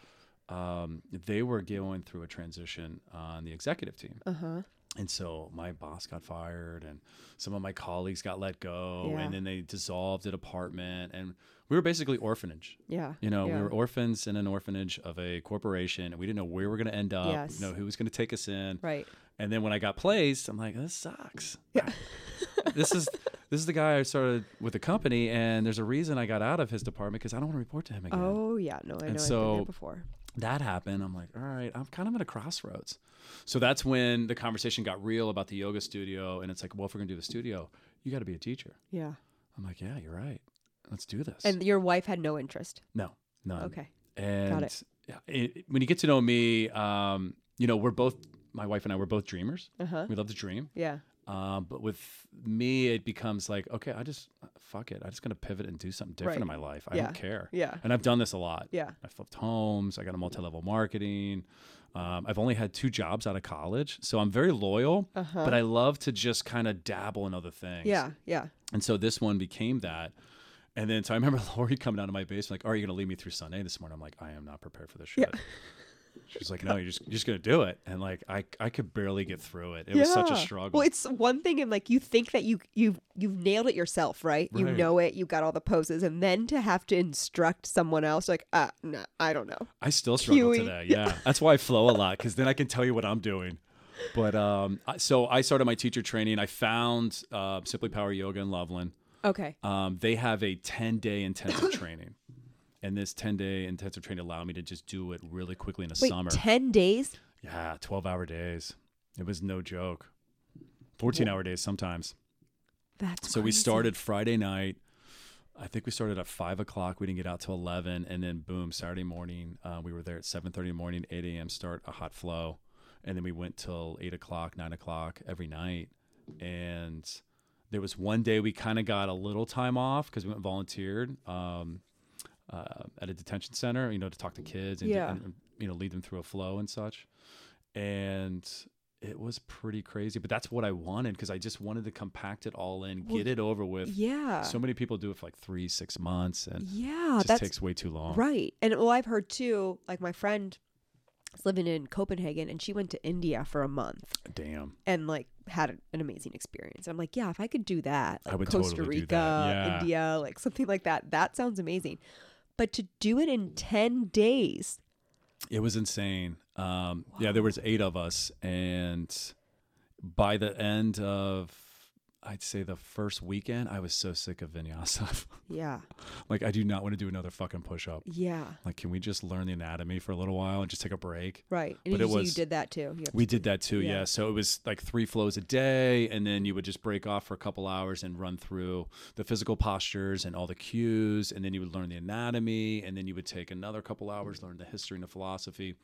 S4: um, they were going through a transition on the executive team.
S1: Uh-huh.
S4: And so my boss got fired, and some of my colleagues got let go,
S1: Yeah.
S4: and then they dissolved a department, and we were basically orphanage.
S1: Yeah.
S4: You know,
S1: yeah.
S4: we were orphans in an orphanage of a corporation, and we didn't know where we were going to end up.
S1: Yes.
S4: You know, who was going to take us in?
S1: right.
S4: And then when I got placed, I'm like, this sucks. this is this is the guy I started with the company, and there's a reason I got out of his department because I don't want to report to him again
S1: Oh yeah, no, I know
S4: And
S1: I've been there
S4: so-
S1: before.
S4: that happened, I'm like, all right, I'm kind of at a crossroads. So that's when the conversation got real about the yoga studio. And it's like, well, if we're going to do the studio, you got to be a teacher.
S1: Yeah.
S4: I'm like, yeah, you're right. Let's do this.
S1: And your wife had no interest.
S4: no, none.
S1: Okay.
S4: And
S1: it.
S4: yeah, it- when you get to know me, um, you know, we're both, my wife and I, we're both dreamers.
S1: Uh huh.
S4: We love to dream.
S1: Yeah.
S4: Um, but with me, it becomes like, okay, I just, fuck it. I'm just going to pivot and do something different
S1: Right.
S4: in my life. I
S1: Yeah.
S4: don't care.
S1: Yeah.
S4: And I've done this a lot.
S1: Yeah.
S4: I flipped homes. I got a multi-level marketing. Um, I've only had two jobs out of college, so I'm very loyal.
S1: Uh-huh.
S4: But I love to just kind of dabble in other things.
S1: Yeah. Yeah.
S4: And so this one became that. And then so I remember Lori coming out of my basement like, "Are you going to lead me through Sunday this morning?" I'm like, "I am not prepared for this shit." She's like, "No, you're just you're just going to do it." And like, I I could barely get through it. It was such a
S1: Yeah.
S4: struggle.
S1: Well, it's one thing, and like you think that you you you've nailed it yourself, right? You
S4: Right.
S1: know it. You got all the poses, and then to have to instruct someone else, like, uh, no, I don't know.
S4: I still struggle
S1: Cueing.
S4: to that. Yeah, that's why I flow a lot because then I can tell you what I'm doing. But um, I- so I started my teacher training. I found uh, Simply Power Yoga in Loveland.
S1: Okay.
S4: Um, they have a 10 day intensive training, and this 10 day intensive training allowed me to just do it really quickly in the
S1: Wait,
S4: summer.
S1: ten days?
S4: yeah, 12 hour days. It was no joke. 14 hour days sometimes.
S1: That's
S4: So we
S1: crazy.
S4: started Friday night. I think we started at five o'clock. We didn't get out till eleven, and then boom, Saturday morning uh, we were there at seven thirty in the morning, eight a.m. start a hot flow, and then we went till eight o'clock, nine o'clock every night. And there was one day we kind of got a little time off because we went and volunteered um, uh, at a detention center, you know, to talk to kids and,
S1: Yeah.
S4: and, you know lead them through a flow and such. And it was pretty crazy, but that's what I wanted because I just wanted to compact it all in,
S1: Well,
S4: get it over with.
S1: Yeah.
S4: So many people do it for like three, six months, and
S1: yeah.
S4: it just
S1: that's
S4: takes way too long.
S1: Right. And well, I've heard too, like my friend is living in Copenhagen and she went to India for a month
S4: Damn.
S1: and like had an amazing experience. I'm like, yeah, if I could do that,
S4: I
S1: like
S4: would
S1: Costa
S4: totally do
S1: Rica,
S4: that. Yeah.
S1: India, like something like that, that sounds amazing. But to do it in 10 days,
S4: It was insane. Um, Yeah, there was eight of us, and by the end of, I'd say the first weekend, I was so sick of vinyasa.
S1: yeah,
S4: like, I do not want to do another fucking push up.
S1: yeah,
S4: Like, can we just learn the anatomy for a little while and just take a break?
S1: right. And
S4: But
S1: you, so
S4: it
S1: you
S4: was-
S1: did that too. You have
S4: We
S1: to-
S4: did that too,
S1: Yeah.
S4: yeah. So it was like three flows a day, and then you would just break off for a couple hours and run through the physical postures and all the cues, and then you would learn the anatomy, and then you would take another couple hours, learn the history and the philosophy.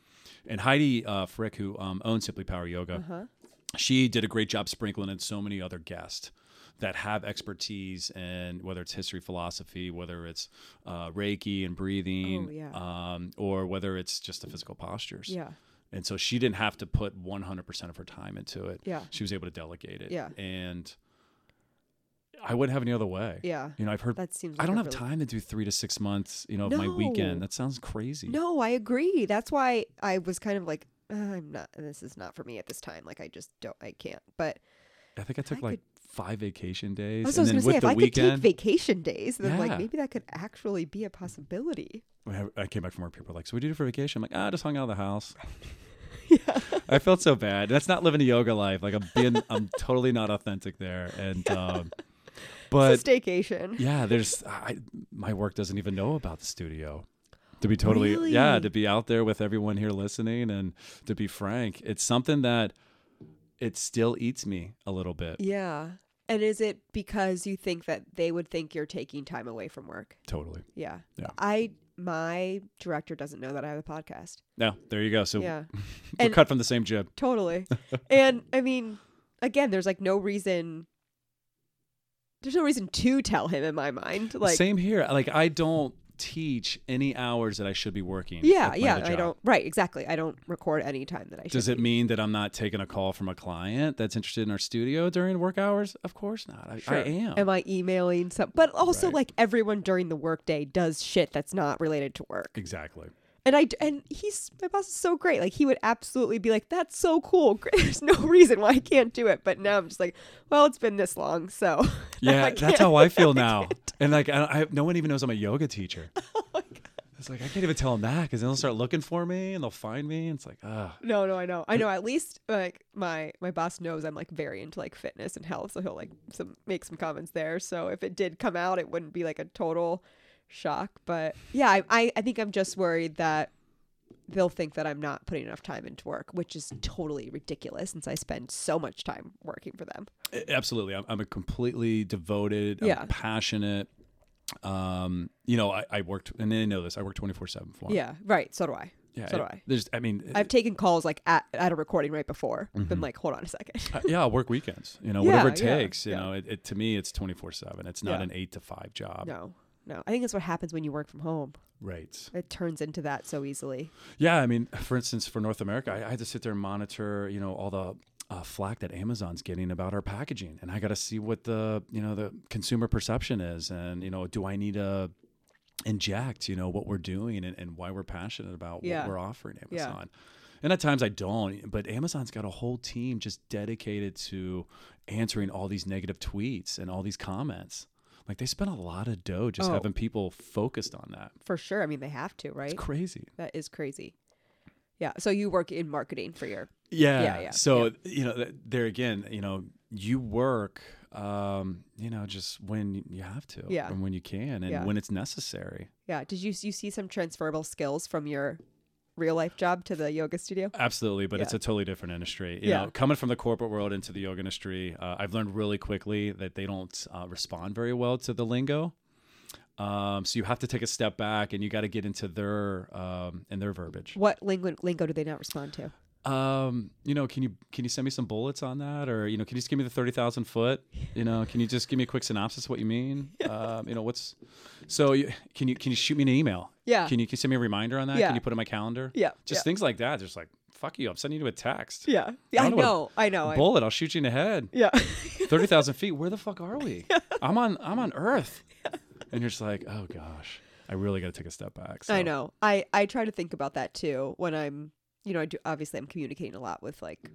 S4: And Heidi uh, Frick, who um, owns Simply Power Yoga,
S1: Uh-huh.
S4: she did a great job sprinkling in so many other guests that have expertise in whether it's history, philosophy, whether it's uh, Reiki and breathing,
S1: Oh, yeah.
S4: um, or whether it's just the physical postures
S1: Yeah.
S4: And so she didn't have to put 100% of her time into it.
S1: Yeah.
S4: She was able to delegate it.
S1: Yeah.
S4: And I wouldn't have any other way.
S1: Yeah.
S4: You know, I've heard
S1: That seems.
S4: I
S1: like
S4: don't
S1: a
S4: have
S1: really-
S4: time to do three to six months, you know, of my weekend.
S1: No.
S4: That sounds crazy.
S1: No, I agree. That's why I was kind of like, "Uh, I'm not. This is not for me at this time. Like, I just don't. I can't. But
S4: I think I took
S1: I
S4: like five vacation days.
S1: that's what I
S4: and
S1: was going
S4: then
S1: to
S4: with
S1: say. If
S4: the
S1: I
S4: weekend,
S1: could take vacation days, then
S4: Yeah.
S1: like maybe that could actually be a possibility.
S4: when I I came back from work, people were like, So we did it for vacation. I'm like, ah, I just hung out of the house.
S1: yeah.
S4: I felt so bad. That's not living a yoga life. Like I'm being I'm totally not authentic there. And um but
S1: It's a staycation.
S4: yeah, there's I, my work doesn't even know about the studio. To be totally yeah,
S1: Really?
S4: to be out there with everyone here listening and to be frank, it's something that it still eats me a little bit.
S1: Yeah. And is it because you think that they would think you're taking time away from work?
S4: Totally.
S1: Yeah.
S4: Yeah.
S1: I my director doesn't know that I have a podcast.
S4: No, there you go. So
S1: yeah.
S4: we're
S1: And-
S4: cut from the same jib.
S1: Totally. and I mean, again, there's like no reason. There's no reason to tell him in my mind. Like,
S4: Same here. Like I don't teach any hours that I should be working.
S1: yeah,
S4: at my
S1: yeah.
S4: other
S1: I
S4: job.
S1: don't. Right. Exactly. I don't record any time that I should.
S4: Does it
S1: be.
S4: mean that I'm not taking a call from a client that's interested in our studio during work hours? Of course not. I, I am.
S1: Am I emailing some? But also,
S4: Right.
S1: like everyone during the workday does shit that's not related to work.
S4: exactly.
S1: And I d- and he's my boss is so great. Like he would absolutely be like, "That's so cool. Great. There's no reason why I can't do it." But now I'm just like, "Well, it's been this long, so."
S4: Yeah,
S1: I
S4: that's
S1: can't-
S4: how I feel now. And like, I, I, no one even knows I'm a yoga teacher. It's like I can't even tell them that because they'll start looking for me and they'll find me. And it's like, ah,
S1: No, no, I know. I know. At least like my my boss knows I'm like very into like fitness and health, so he'll like some make some comments there. So if it did come out, it wouldn't be like a total shock. But yeah, I I, I think I'm just worried that they'll think that I'm not putting enough time into work, which is totally ridiculous since I spend so much time working for them.
S4: a- absolutely. I'm, I'm a completely devoted, I'm
S1: Yeah.
S4: passionate. Um, you know, I, I worked, and they know this. I work 24 seven for 'em.
S1: Yeah, right. So do I.
S4: yeah.
S1: so do
S4: it- Mm-hmm.
S1: I.
S4: There's, I mean,
S1: I've taken calls like at, at a recording right before. Been like, hold on a second.
S4: Uh, yeah, I'll work weekends. You know,
S1: Yeah,
S4: whatever it
S1: yeah,
S4: takes. you
S1: yeah.
S4: know, it, it to me it's twenty four seven. It's not
S1: Yeah.
S4: an eight to five job.
S1: no, no. I think that's what happens when you work from home.
S4: Right.
S1: It turns into that so easily.
S4: Yeah. I mean, for instance, for North America, I, I had to sit there and monitor. You know, all the. Uh, flack that Amazon's getting about our packaging, and I got to see what the you know the consumer perception is, and you know do I need to inject you know what we're doing and, and why we're passionate about
S1: Yeah.
S4: what we're offering
S1: Yeah.
S4: Amazon, and at times I don't, but Amazon's got a whole team just dedicated to answering all these negative tweets and all these comments. Like they spend a lot of dough just
S1: Oh.
S4: having people focused on that.
S1: For sure. I mean, they have to, right?
S4: It's crazy.
S1: That is crazy. Yeah. So you work in marketing for your
S4: Yeah.
S1: Yeah, yeah,
S4: So you know, th- there again, you know, you work, um, you know, just when you have to,
S1: Yeah.
S4: and when you can, and
S1: Yeah.
S4: when it's necessary.
S1: yeah. Did you you see some transferable skills from your real life job to the yoga studio?
S4: Absolutely, but it's
S1: Yeah.
S4: a totally different industry. You
S1: Yeah.
S4: know, coming from the corporate world into the yoga industry, uh, I've learned really quickly that they don't uh, respond very well to the lingo. Um, so you have to take a step back, and you got to get into their um, and their verbiage.
S1: What lingo lingo do they not respond to?
S4: um, you know, can you can you send me some bullets on that, or you know, can you just give me the thirty thousand foot? You know, can you just give me a quick synopsis of what you mean? Um, you know, what's so? You, can you can you shoot me an email?
S1: Yeah.
S4: Can you, can you send me a reminder on that?
S1: Yeah.
S4: Can you put it in my calendar?
S1: Yeah,
S4: Just
S1: yeah.
S4: things like that. Just like fuck you, I'm sending you a text.
S1: Yeah. Yeah.
S4: I
S1: I
S4: don't know
S1: know.
S4: what-
S1: I know. I-
S4: Bullet, I'll shoot you in the head.
S1: yeah.
S4: Thirty thousand feet. Where the fuck are we? I'm on I'm on Earth, and you're just like, oh gosh, I really got to take a step back. So.
S1: I know. I I try to think about that too when I'm you know I do obviously I'm communicating a lot with like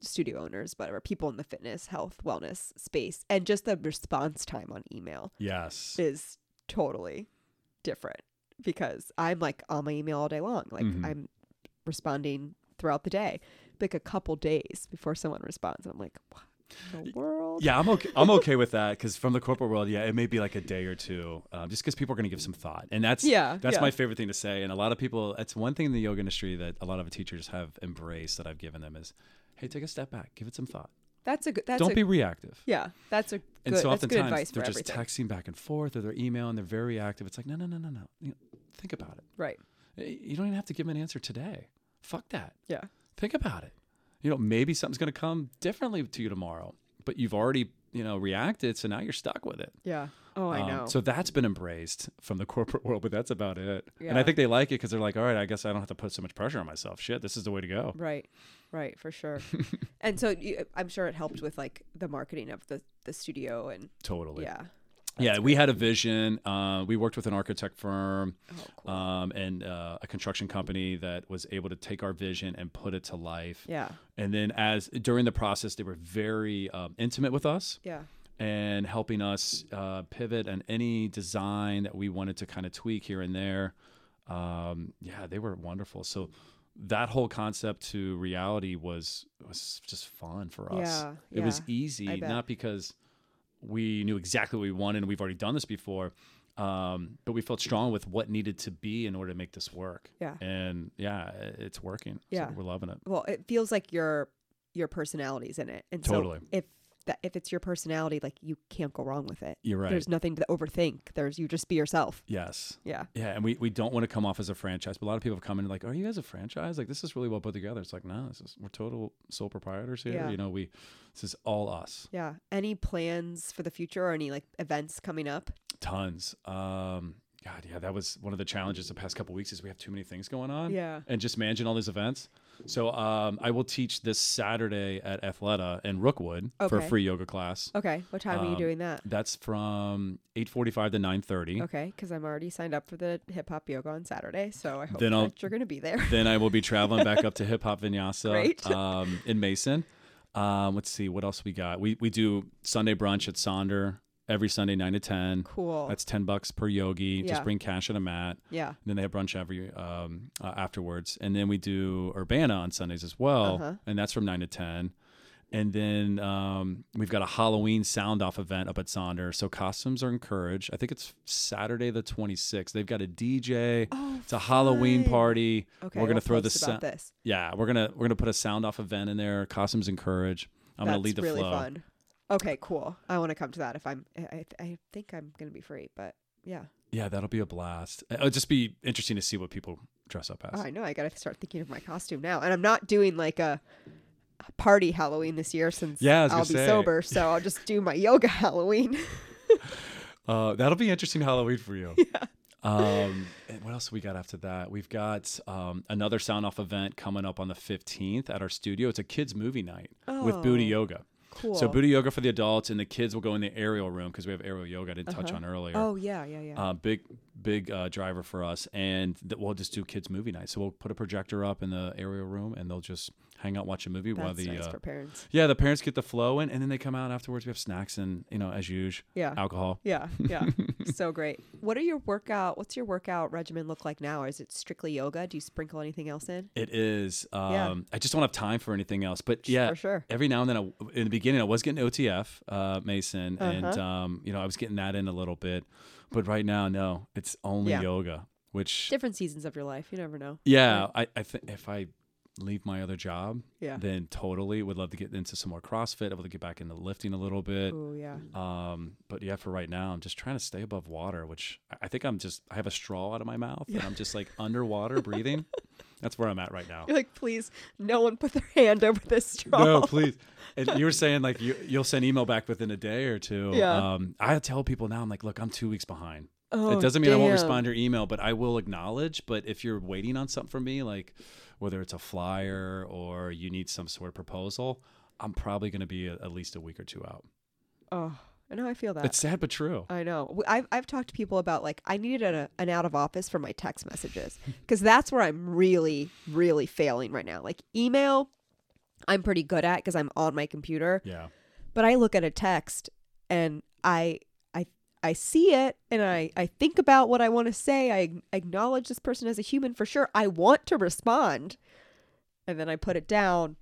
S1: studio owners whatever people in the fitness health wellness space and just the response time on email
S4: Yes.
S1: is totally different because I'm like on my email all day long. Like
S4: Mhm.
S1: I'm responding throughout the day, like a couple days before someone responds. I'm like, what in the world?
S4: Yeah, I'm okay. I'm okay with that because from the corporate world, yeah, it may be like a day or two, um, just because people are going to give some thought, and that's
S1: Yeah,
S4: that's
S1: yeah.
S4: my favorite thing to say. And a lot of people, that's one thing in the yoga industry that a lot of teachers have embraced that I've given them is, hey, take a step back, give it some thought,
S1: That's a good. That's
S4: don't
S1: a,
S4: be reactive.
S1: Yeah, that's a good.
S4: And so
S1: that's good
S4: oftentimes
S1: advice for
S4: they're just
S1: everything.
S4: texting back and forth, or they're emailing, they're very active. It's like, no, no, no, no, no. You know, think about it.
S1: right.
S4: Eh, You don't even have to give them an answer today. Fuck that.
S1: Yeah.
S4: Think about it. You know, maybe something's going to come differently to you tomorrow, but you've already you know, reacted. So now you're stuck with it.
S1: Yeah. Oh, I
S4: Um,
S1: know.
S4: So that's been embraced from the corporate world, but that's about it. And
S1: Yeah.
S4: I think they like it because they're like, all right, I guess I don't have to put so much pressure on myself. Shit, this is the way to go.
S1: right. Right. For sure. and so you, I'm sure it helped with like the marketing of the the studio and
S4: Totally.
S1: yeah.
S4: yeah, we had a vision. Uh, we worked with an architect firm
S1: Oh, cool.
S4: um, and uh, a construction company that was able to take our vision and put it to life.
S1: yeah.
S4: And then, as during the process, they were very um, intimate with us
S1: Yeah.
S4: and helping us uh, pivot on any design that we wanted to kind of tweak here and there. Um, yeah, they were wonderful. So that whole concept to reality was was just fun for us.
S1: Yeah,
S4: it was
S1: yeah, I
S4: easy,
S1: bet.
S4: not because we knew exactly what we wanted and we've already done this before, um, but we felt strong with what needed to be in order to make this work.
S1: Yeah.
S4: and yeah, i- it's working. So
S1: Yeah.
S4: we're loving it.
S1: Well, it feels like your your personality's in it, and
S4: Totally.
S1: so if that if it's your personality, like you can't go wrong with it.
S4: You're right.
S1: There's nothing to overthink. There's you just be yourself.
S4: yes.
S1: Yeah.
S4: Yeah, and we, we don't want to come off as a franchise, but a lot of people have come in like, "Are you guys a franchise? Like this is really well put together." It's like, no, this is we're total sole proprietors here.
S1: Yeah.
S4: You know, we this is all us.
S1: Yeah. Any plans for the future or any like events coming up?
S4: Tons. Um, God, yeah, that was one of the challenges the past couple weeks is we have too many things going on.
S1: Yeah.
S4: and just managing all these events. So um, I will teach this Saturday at Athleta in Rookwood for a
S1: Okay.
S4: free yoga class.
S1: Okay. What time are you
S4: Um,
S1: doing that?
S4: That's from eight forty-five to nine thirty.
S1: Okay, because I'm already signed up for the hip hop yoga on Saturday, so I hope
S4: Then I'll-
S1: that you're going to be there.
S4: then I will be traveling back up to Hip Hop Vinyasa
S1: Great.
S4: um, in Mason. Um, let's see what else we got. We we do Sunday brunch at Sonder every Sunday nine to ten.
S1: Cool.
S4: That's ten bucks per yogi.
S1: Yeah.
S4: Just bring cash and a mat.
S1: yeah.
S4: Then they have brunch every um, uh, afterwards, and then we do Urbana on Sundays as well,
S1: Uh-huh.
S4: and that's from nine to ten. And then um, we've got a Halloween sound off event up at Sonder. So costumes are encouraged. I think it's Saturday the 26th. They've got a DJ. it's a Halloween
S1: Oh, fun.
S4: party.
S1: Okay.
S4: we're gonna
S1: we'll
S4: throw the
S1: post about
S4: sound.
S1: this.
S4: Yeah, we're gonna we're gonna put a sound off event in there. Costumes encourage. I'm
S1: That's
S4: gonna lead the
S1: really
S4: flow.
S1: fun. Okay, cool. I want to come to that if I'm. I, I- I think I'm going to be free, but yeah.
S4: Yeah, that'll be a blast. Uh, It'll just be interesting to see what people dress up as.
S1: Oh, I know. I got to start thinking of my costume now, and I'm not doing like a party Halloween this year since
S4: Yeah, I was
S1: I'll
S4: gonna
S1: be
S4: say.
S1: sober. So I'll just do my yoga Halloween.
S4: Uh, that'll be interesting Halloween for you. Yeah. Um, and what else we got after that? We've got um, another sound off event coming up on the 15th at our studio. It's a kids movie night with Booty
S1: Oh,
S4: Yoga.
S1: cool.
S4: So Booty Yoga for the adults and the kids will go in the aerial room because we have aerial yoga I didn't touch
S1: Uh-huh.
S4: on earlier.
S1: Oh yeah, yeah, yeah.
S4: Uh, big big uh, driver for us, and th- we'll just do kids movie night. So we'll put a projector up in the aerial room, and they'll just hang out watch a movie while
S1: That's
S4: the
S1: nice
S4: uh,
S1: for parents.
S4: yeah the parents get the flow in, and then they come out afterwards. We have snacks and you know as usual
S1: Yeah.
S4: alcohol.
S1: Yeah, yeah. so great. What are your workout? What's your workout regimen look like now? Is it strictly yoga? Do you sprinkle anything else in?
S4: It is. Um,
S1: Yeah.
S4: I just don't have time for anything else. But yeah,
S1: for sure.
S4: Every now and then, I, in the beginning, I was getting OTF, uh, Mason, and
S1: Uh-huh.
S4: um, you know I was getting that in a little bit. But right now, no, it's only
S1: Yeah.
S4: yoga. Which
S1: Different seasons of your life. You never know.
S4: yeah, I, I think if I leave my other job,
S1: Yeah.
S4: then totally would love to get into some more CrossFit. I would get back into lifting a little bit.
S1: Oh yeah.
S4: Um, but yeah, for right now, I'm just trying to stay above water, which I- I think I'm just I have a straw out of my mouth and I'm just like underwater breathing. That's where I'm at right now.
S1: You're like, please, no one put their hand over this straw.
S4: No, please. And you were saying like you, you'll send email back within a day or two.
S1: Yeah.
S4: Um, I tell people now I'm like, look, I'm two weeks behind.
S1: Oh,
S4: it doesn't mean I won't
S1: damn.
S4: respond to your email, but I will acknowledge. But if you're waiting on something from me, like whether it's a flyer or you need some sort of proposal, I'm probably going to be a, at least a week or two out.
S1: Oh, I know. I feel that.
S4: It's sad but true.
S1: I know. W- I've, I've talked to people about like I needed a, an out of office for my text messages because that's where I'm really really failing right now. Like email, I'm pretty good at because I'm on my computer.
S4: Yeah.
S1: but I look at a text and I I I see it and I I think about what I want to say. I ag- acknowledge this person as a human for sure. I want to respond. And then I put it down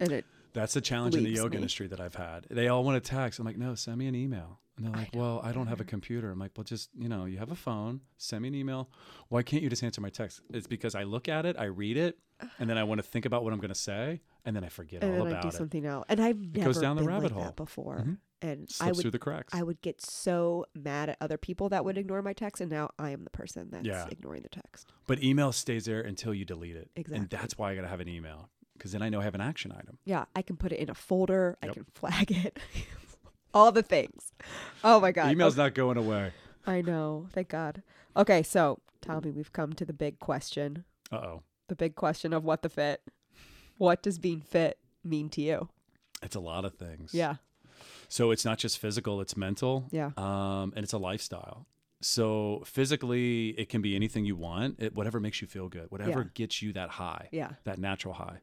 S1: and it
S4: That's the challenge in the
S1: Leaves
S4: yoga
S1: me.
S4: industry that I've had. They all want to text. I'm like, no, send me an email. And they're like, well, I don't have a computer. I'm like, well, just, you know, you have a phone, send me an email. Why can't you just answer my text? It's because I look at it, I read it, and then I want to think about what I'm going to say, and then I forget
S1: and
S4: all
S1: then I
S4: about
S1: do
S4: it.
S1: something else. And I've never
S4: goes down the
S1: been
S4: rabbit
S1: like
S4: hole.
S1: that before.
S4: Mhm.
S1: And I
S4: Slips
S1: would
S4: through the cracks.
S1: I would get so mad at other people that would ignore my text and now I am the person that's
S4: Yeah.
S1: ignoring the text.
S4: but email stays there until you delete it.
S1: Exactly.
S4: And that's why I got to have an email because then I know I have an action item.
S1: Yeah, I can put it in a folder, I
S4: Yep.
S1: can flag it. all the things. Oh my God.
S4: Email's not going away.
S1: I know. Thank God. Okay, so Tommy, we've come to the big question.
S4: Uh oh.
S1: The big question of what the fit. What does being fit mean to you?
S4: It's a lot of things.
S1: Yeah.
S4: So it's not just physical, it's mental.
S1: Yeah.
S4: Um, and it's a lifestyle. So physically, it can be anything you want, it, whatever makes you feel good, whatever
S1: Yeah.
S4: gets you that high,
S1: Yeah.
S4: that natural high.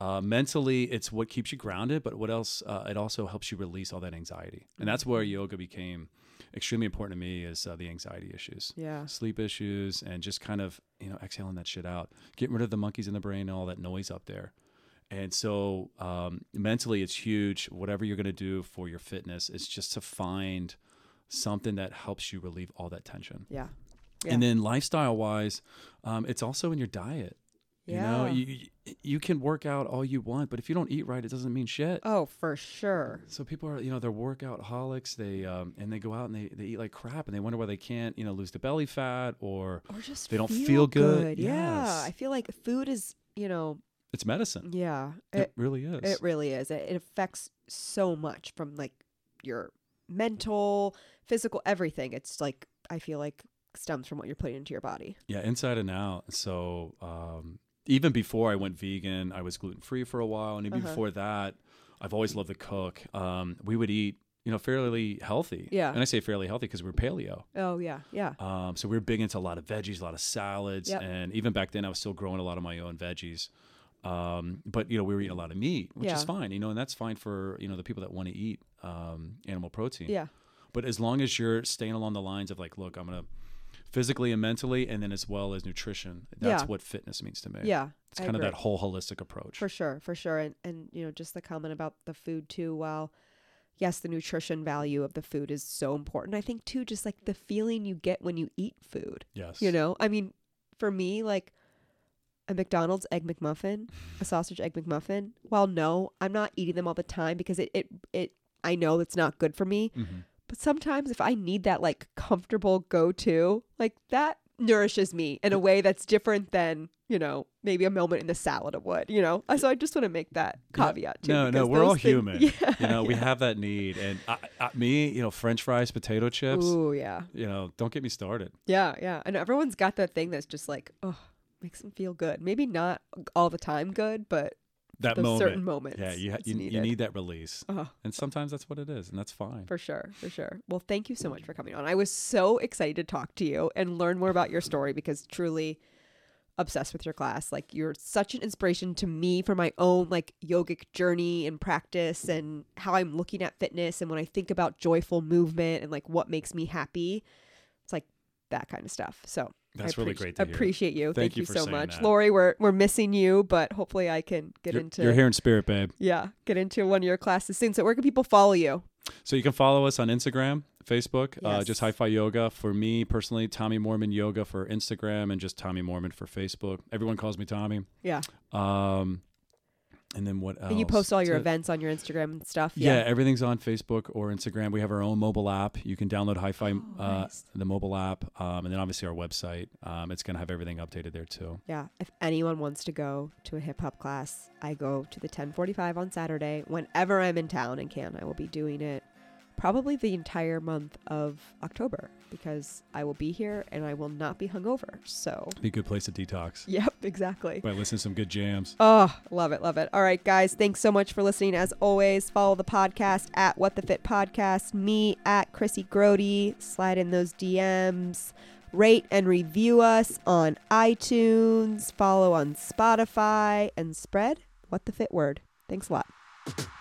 S4: Uh, mentally, it's what keeps you grounded, but what else? Uh, it also helps you release all that anxiety, and that's where yoga became extremely important to me. Is uh, the anxiety issues,
S1: Yeah.
S4: sleep issues, and just kind of you know exhaling that shit out, getting rid of the monkeys in the brain and all that noise up there. And so um, mentally, it's huge. Whatever you're going to do for your fitness, it's just to find something that helps you relieve all that tension.
S1: Yeah.
S4: And then lifestyle wise, um, it's also in your diet. You know, you, you- you can work out all you want, but if you don't eat right, it doesn't mean shit.
S1: Oh, for sure.
S4: So people are, you know, they're workout holics. They um, and they go out and they, they eat like crap, and they wonder why they can't, you know, lose the belly fat or
S1: Or just
S4: They don't feel good.
S1: Yeah.
S4: Yes.
S1: I feel like food is, you know,
S4: it's medicine.
S1: yeah.
S4: It,
S1: It
S4: really is.
S1: it really is. It, it affects so much from like your mental, physical, everything. It's like I feel like stems from what you're putting into your body.
S4: Yeah, inside and out. So um, even before I went vegan, I was gluten free for a while, and even
S1: Uh-huh.
S4: before that, I've always loved to cook. Um, we would eat, you know, fairly healthy.
S1: Yeah.
S4: and I say fairly healthy because we were paleo.
S1: Oh yeah. Yeah.
S4: Um, so we were big into a lot of veggies, a lot of salads,
S1: Yep.
S4: and even back then, I was still growing a lot of my own veggies. Um, but you know, we were eating a lot of meat, which is
S1: Yeah.
S4: fine, you know, and that's fine for you know the people that want to eat um, animal protein.
S1: Yeah.
S4: But as long as you're staying along the lines of like, look, I'm gonna physically and mentally, and then as well as nutrition. That's
S1: Yeah.
S4: what fitness means to me.
S1: Yeah.
S4: it's
S1: I
S4: kind of that
S1: agree.
S4: whole holistic approach.
S1: For sure, for sure. And and you know, just the comment about the food too, while yes, the nutrition value of the food is so important. I think too, just like the feeling you get when you eat food.
S4: Yes,
S1: You know? I mean, for me, like a McDonald's egg McMuffin, a sausage egg McMuffin, well no, I'm not eating them all the time because it it, it I know it's not good for me.
S4: Mhm.
S1: But sometimes if I need that like comfortable go to, like that nourishes me in a way that's different than, you know, maybe a moment in the salad of wood, you know? Uh, So I just want to make that
S4: Yeah.
S1: caveat too.
S4: No, no,
S1: because
S4: we're all
S1: those thing-
S4: human.
S1: Yeah.
S4: You know, we have that need, and I, I, me, you know, French fries, potato chips.
S1: Ooh, yeah.
S4: You know, don't get me started.
S1: Yeah, yeah. And everyone's got that thing that's just like, oh, makes them feel good. Maybe not all the time good, but
S4: That
S1: those
S4: moment.
S1: certain moments.
S4: yeah, you, ha-
S1: it's
S4: you, you
S1: needed.
S4: need that release,
S1: Oh,
S4: and sometimes that's what it is, and that's fine.
S1: for sure, for sure. Well, thank you so
S4: Mm.
S1: much for coming on. I was so excited to talk to you and learn more about your story because truly obsessed with your class. Like you're such an inspiration to me for my own like yogic journey and practice and how I'm looking at fitness and when I think about joyful movement and like what makes me happy. It's like that kind of stuff. So
S4: That's
S1: I
S4: really
S1: appreci-
S4: great to hear.
S1: Appreciate you.
S4: Thank
S1: Thank,
S4: you
S1: you,
S4: for
S1: so
S4: saying
S1: much,
S4: that.
S1: Lori. We're we're missing you, but hopefully I can get
S4: You're,
S1: into
S4: you're here in spirit, babe.
S1: yeah get into one of your classes soon. So where can people follow you?
S4: So you can follow us on Instagram, Facebook, uh,
S1: Yes.
S4: just Hi-Fi Yoga for me personally, Tommy Mormon Yoga for Instagram, and just Tommy Mormon for Facebook. Everyone calls me Tommy.
S1: Yeah,
S4: Um, and then what else?
S1: and you post all your
S4: That's it.
S1: events on your Instagram and stuff.
S4: Yeah. everything's on Facebook or Instagram. We have our own mobile app. You can download Hi-Fi,
S2: Oh,
S4: uh,
S2: nice.
S4: the mobile app, um, and then obviously our website. Um, it's going to have everything updated there too.
S1: Yeah, if anyone wants to go to a hip hop class, I go to the 1045 on Saturday. Whenever I'm in town and can, I will be doing it probably the entire month of October because I will be here and I will not be hungover. So,
S4: Be a good place to detox
S1: yep, exactly.
S4: by listening to some good jams.
S1: Oh, love it, love it. All right, guys, thanks so much for listening. As always, follow the podcast at What the Fit Podcast, me at Chrissy Grody. Slide in those DMs. Rate and review us on iTunes, follow on Spotify, and spread What the Fit word. Thanks a lot.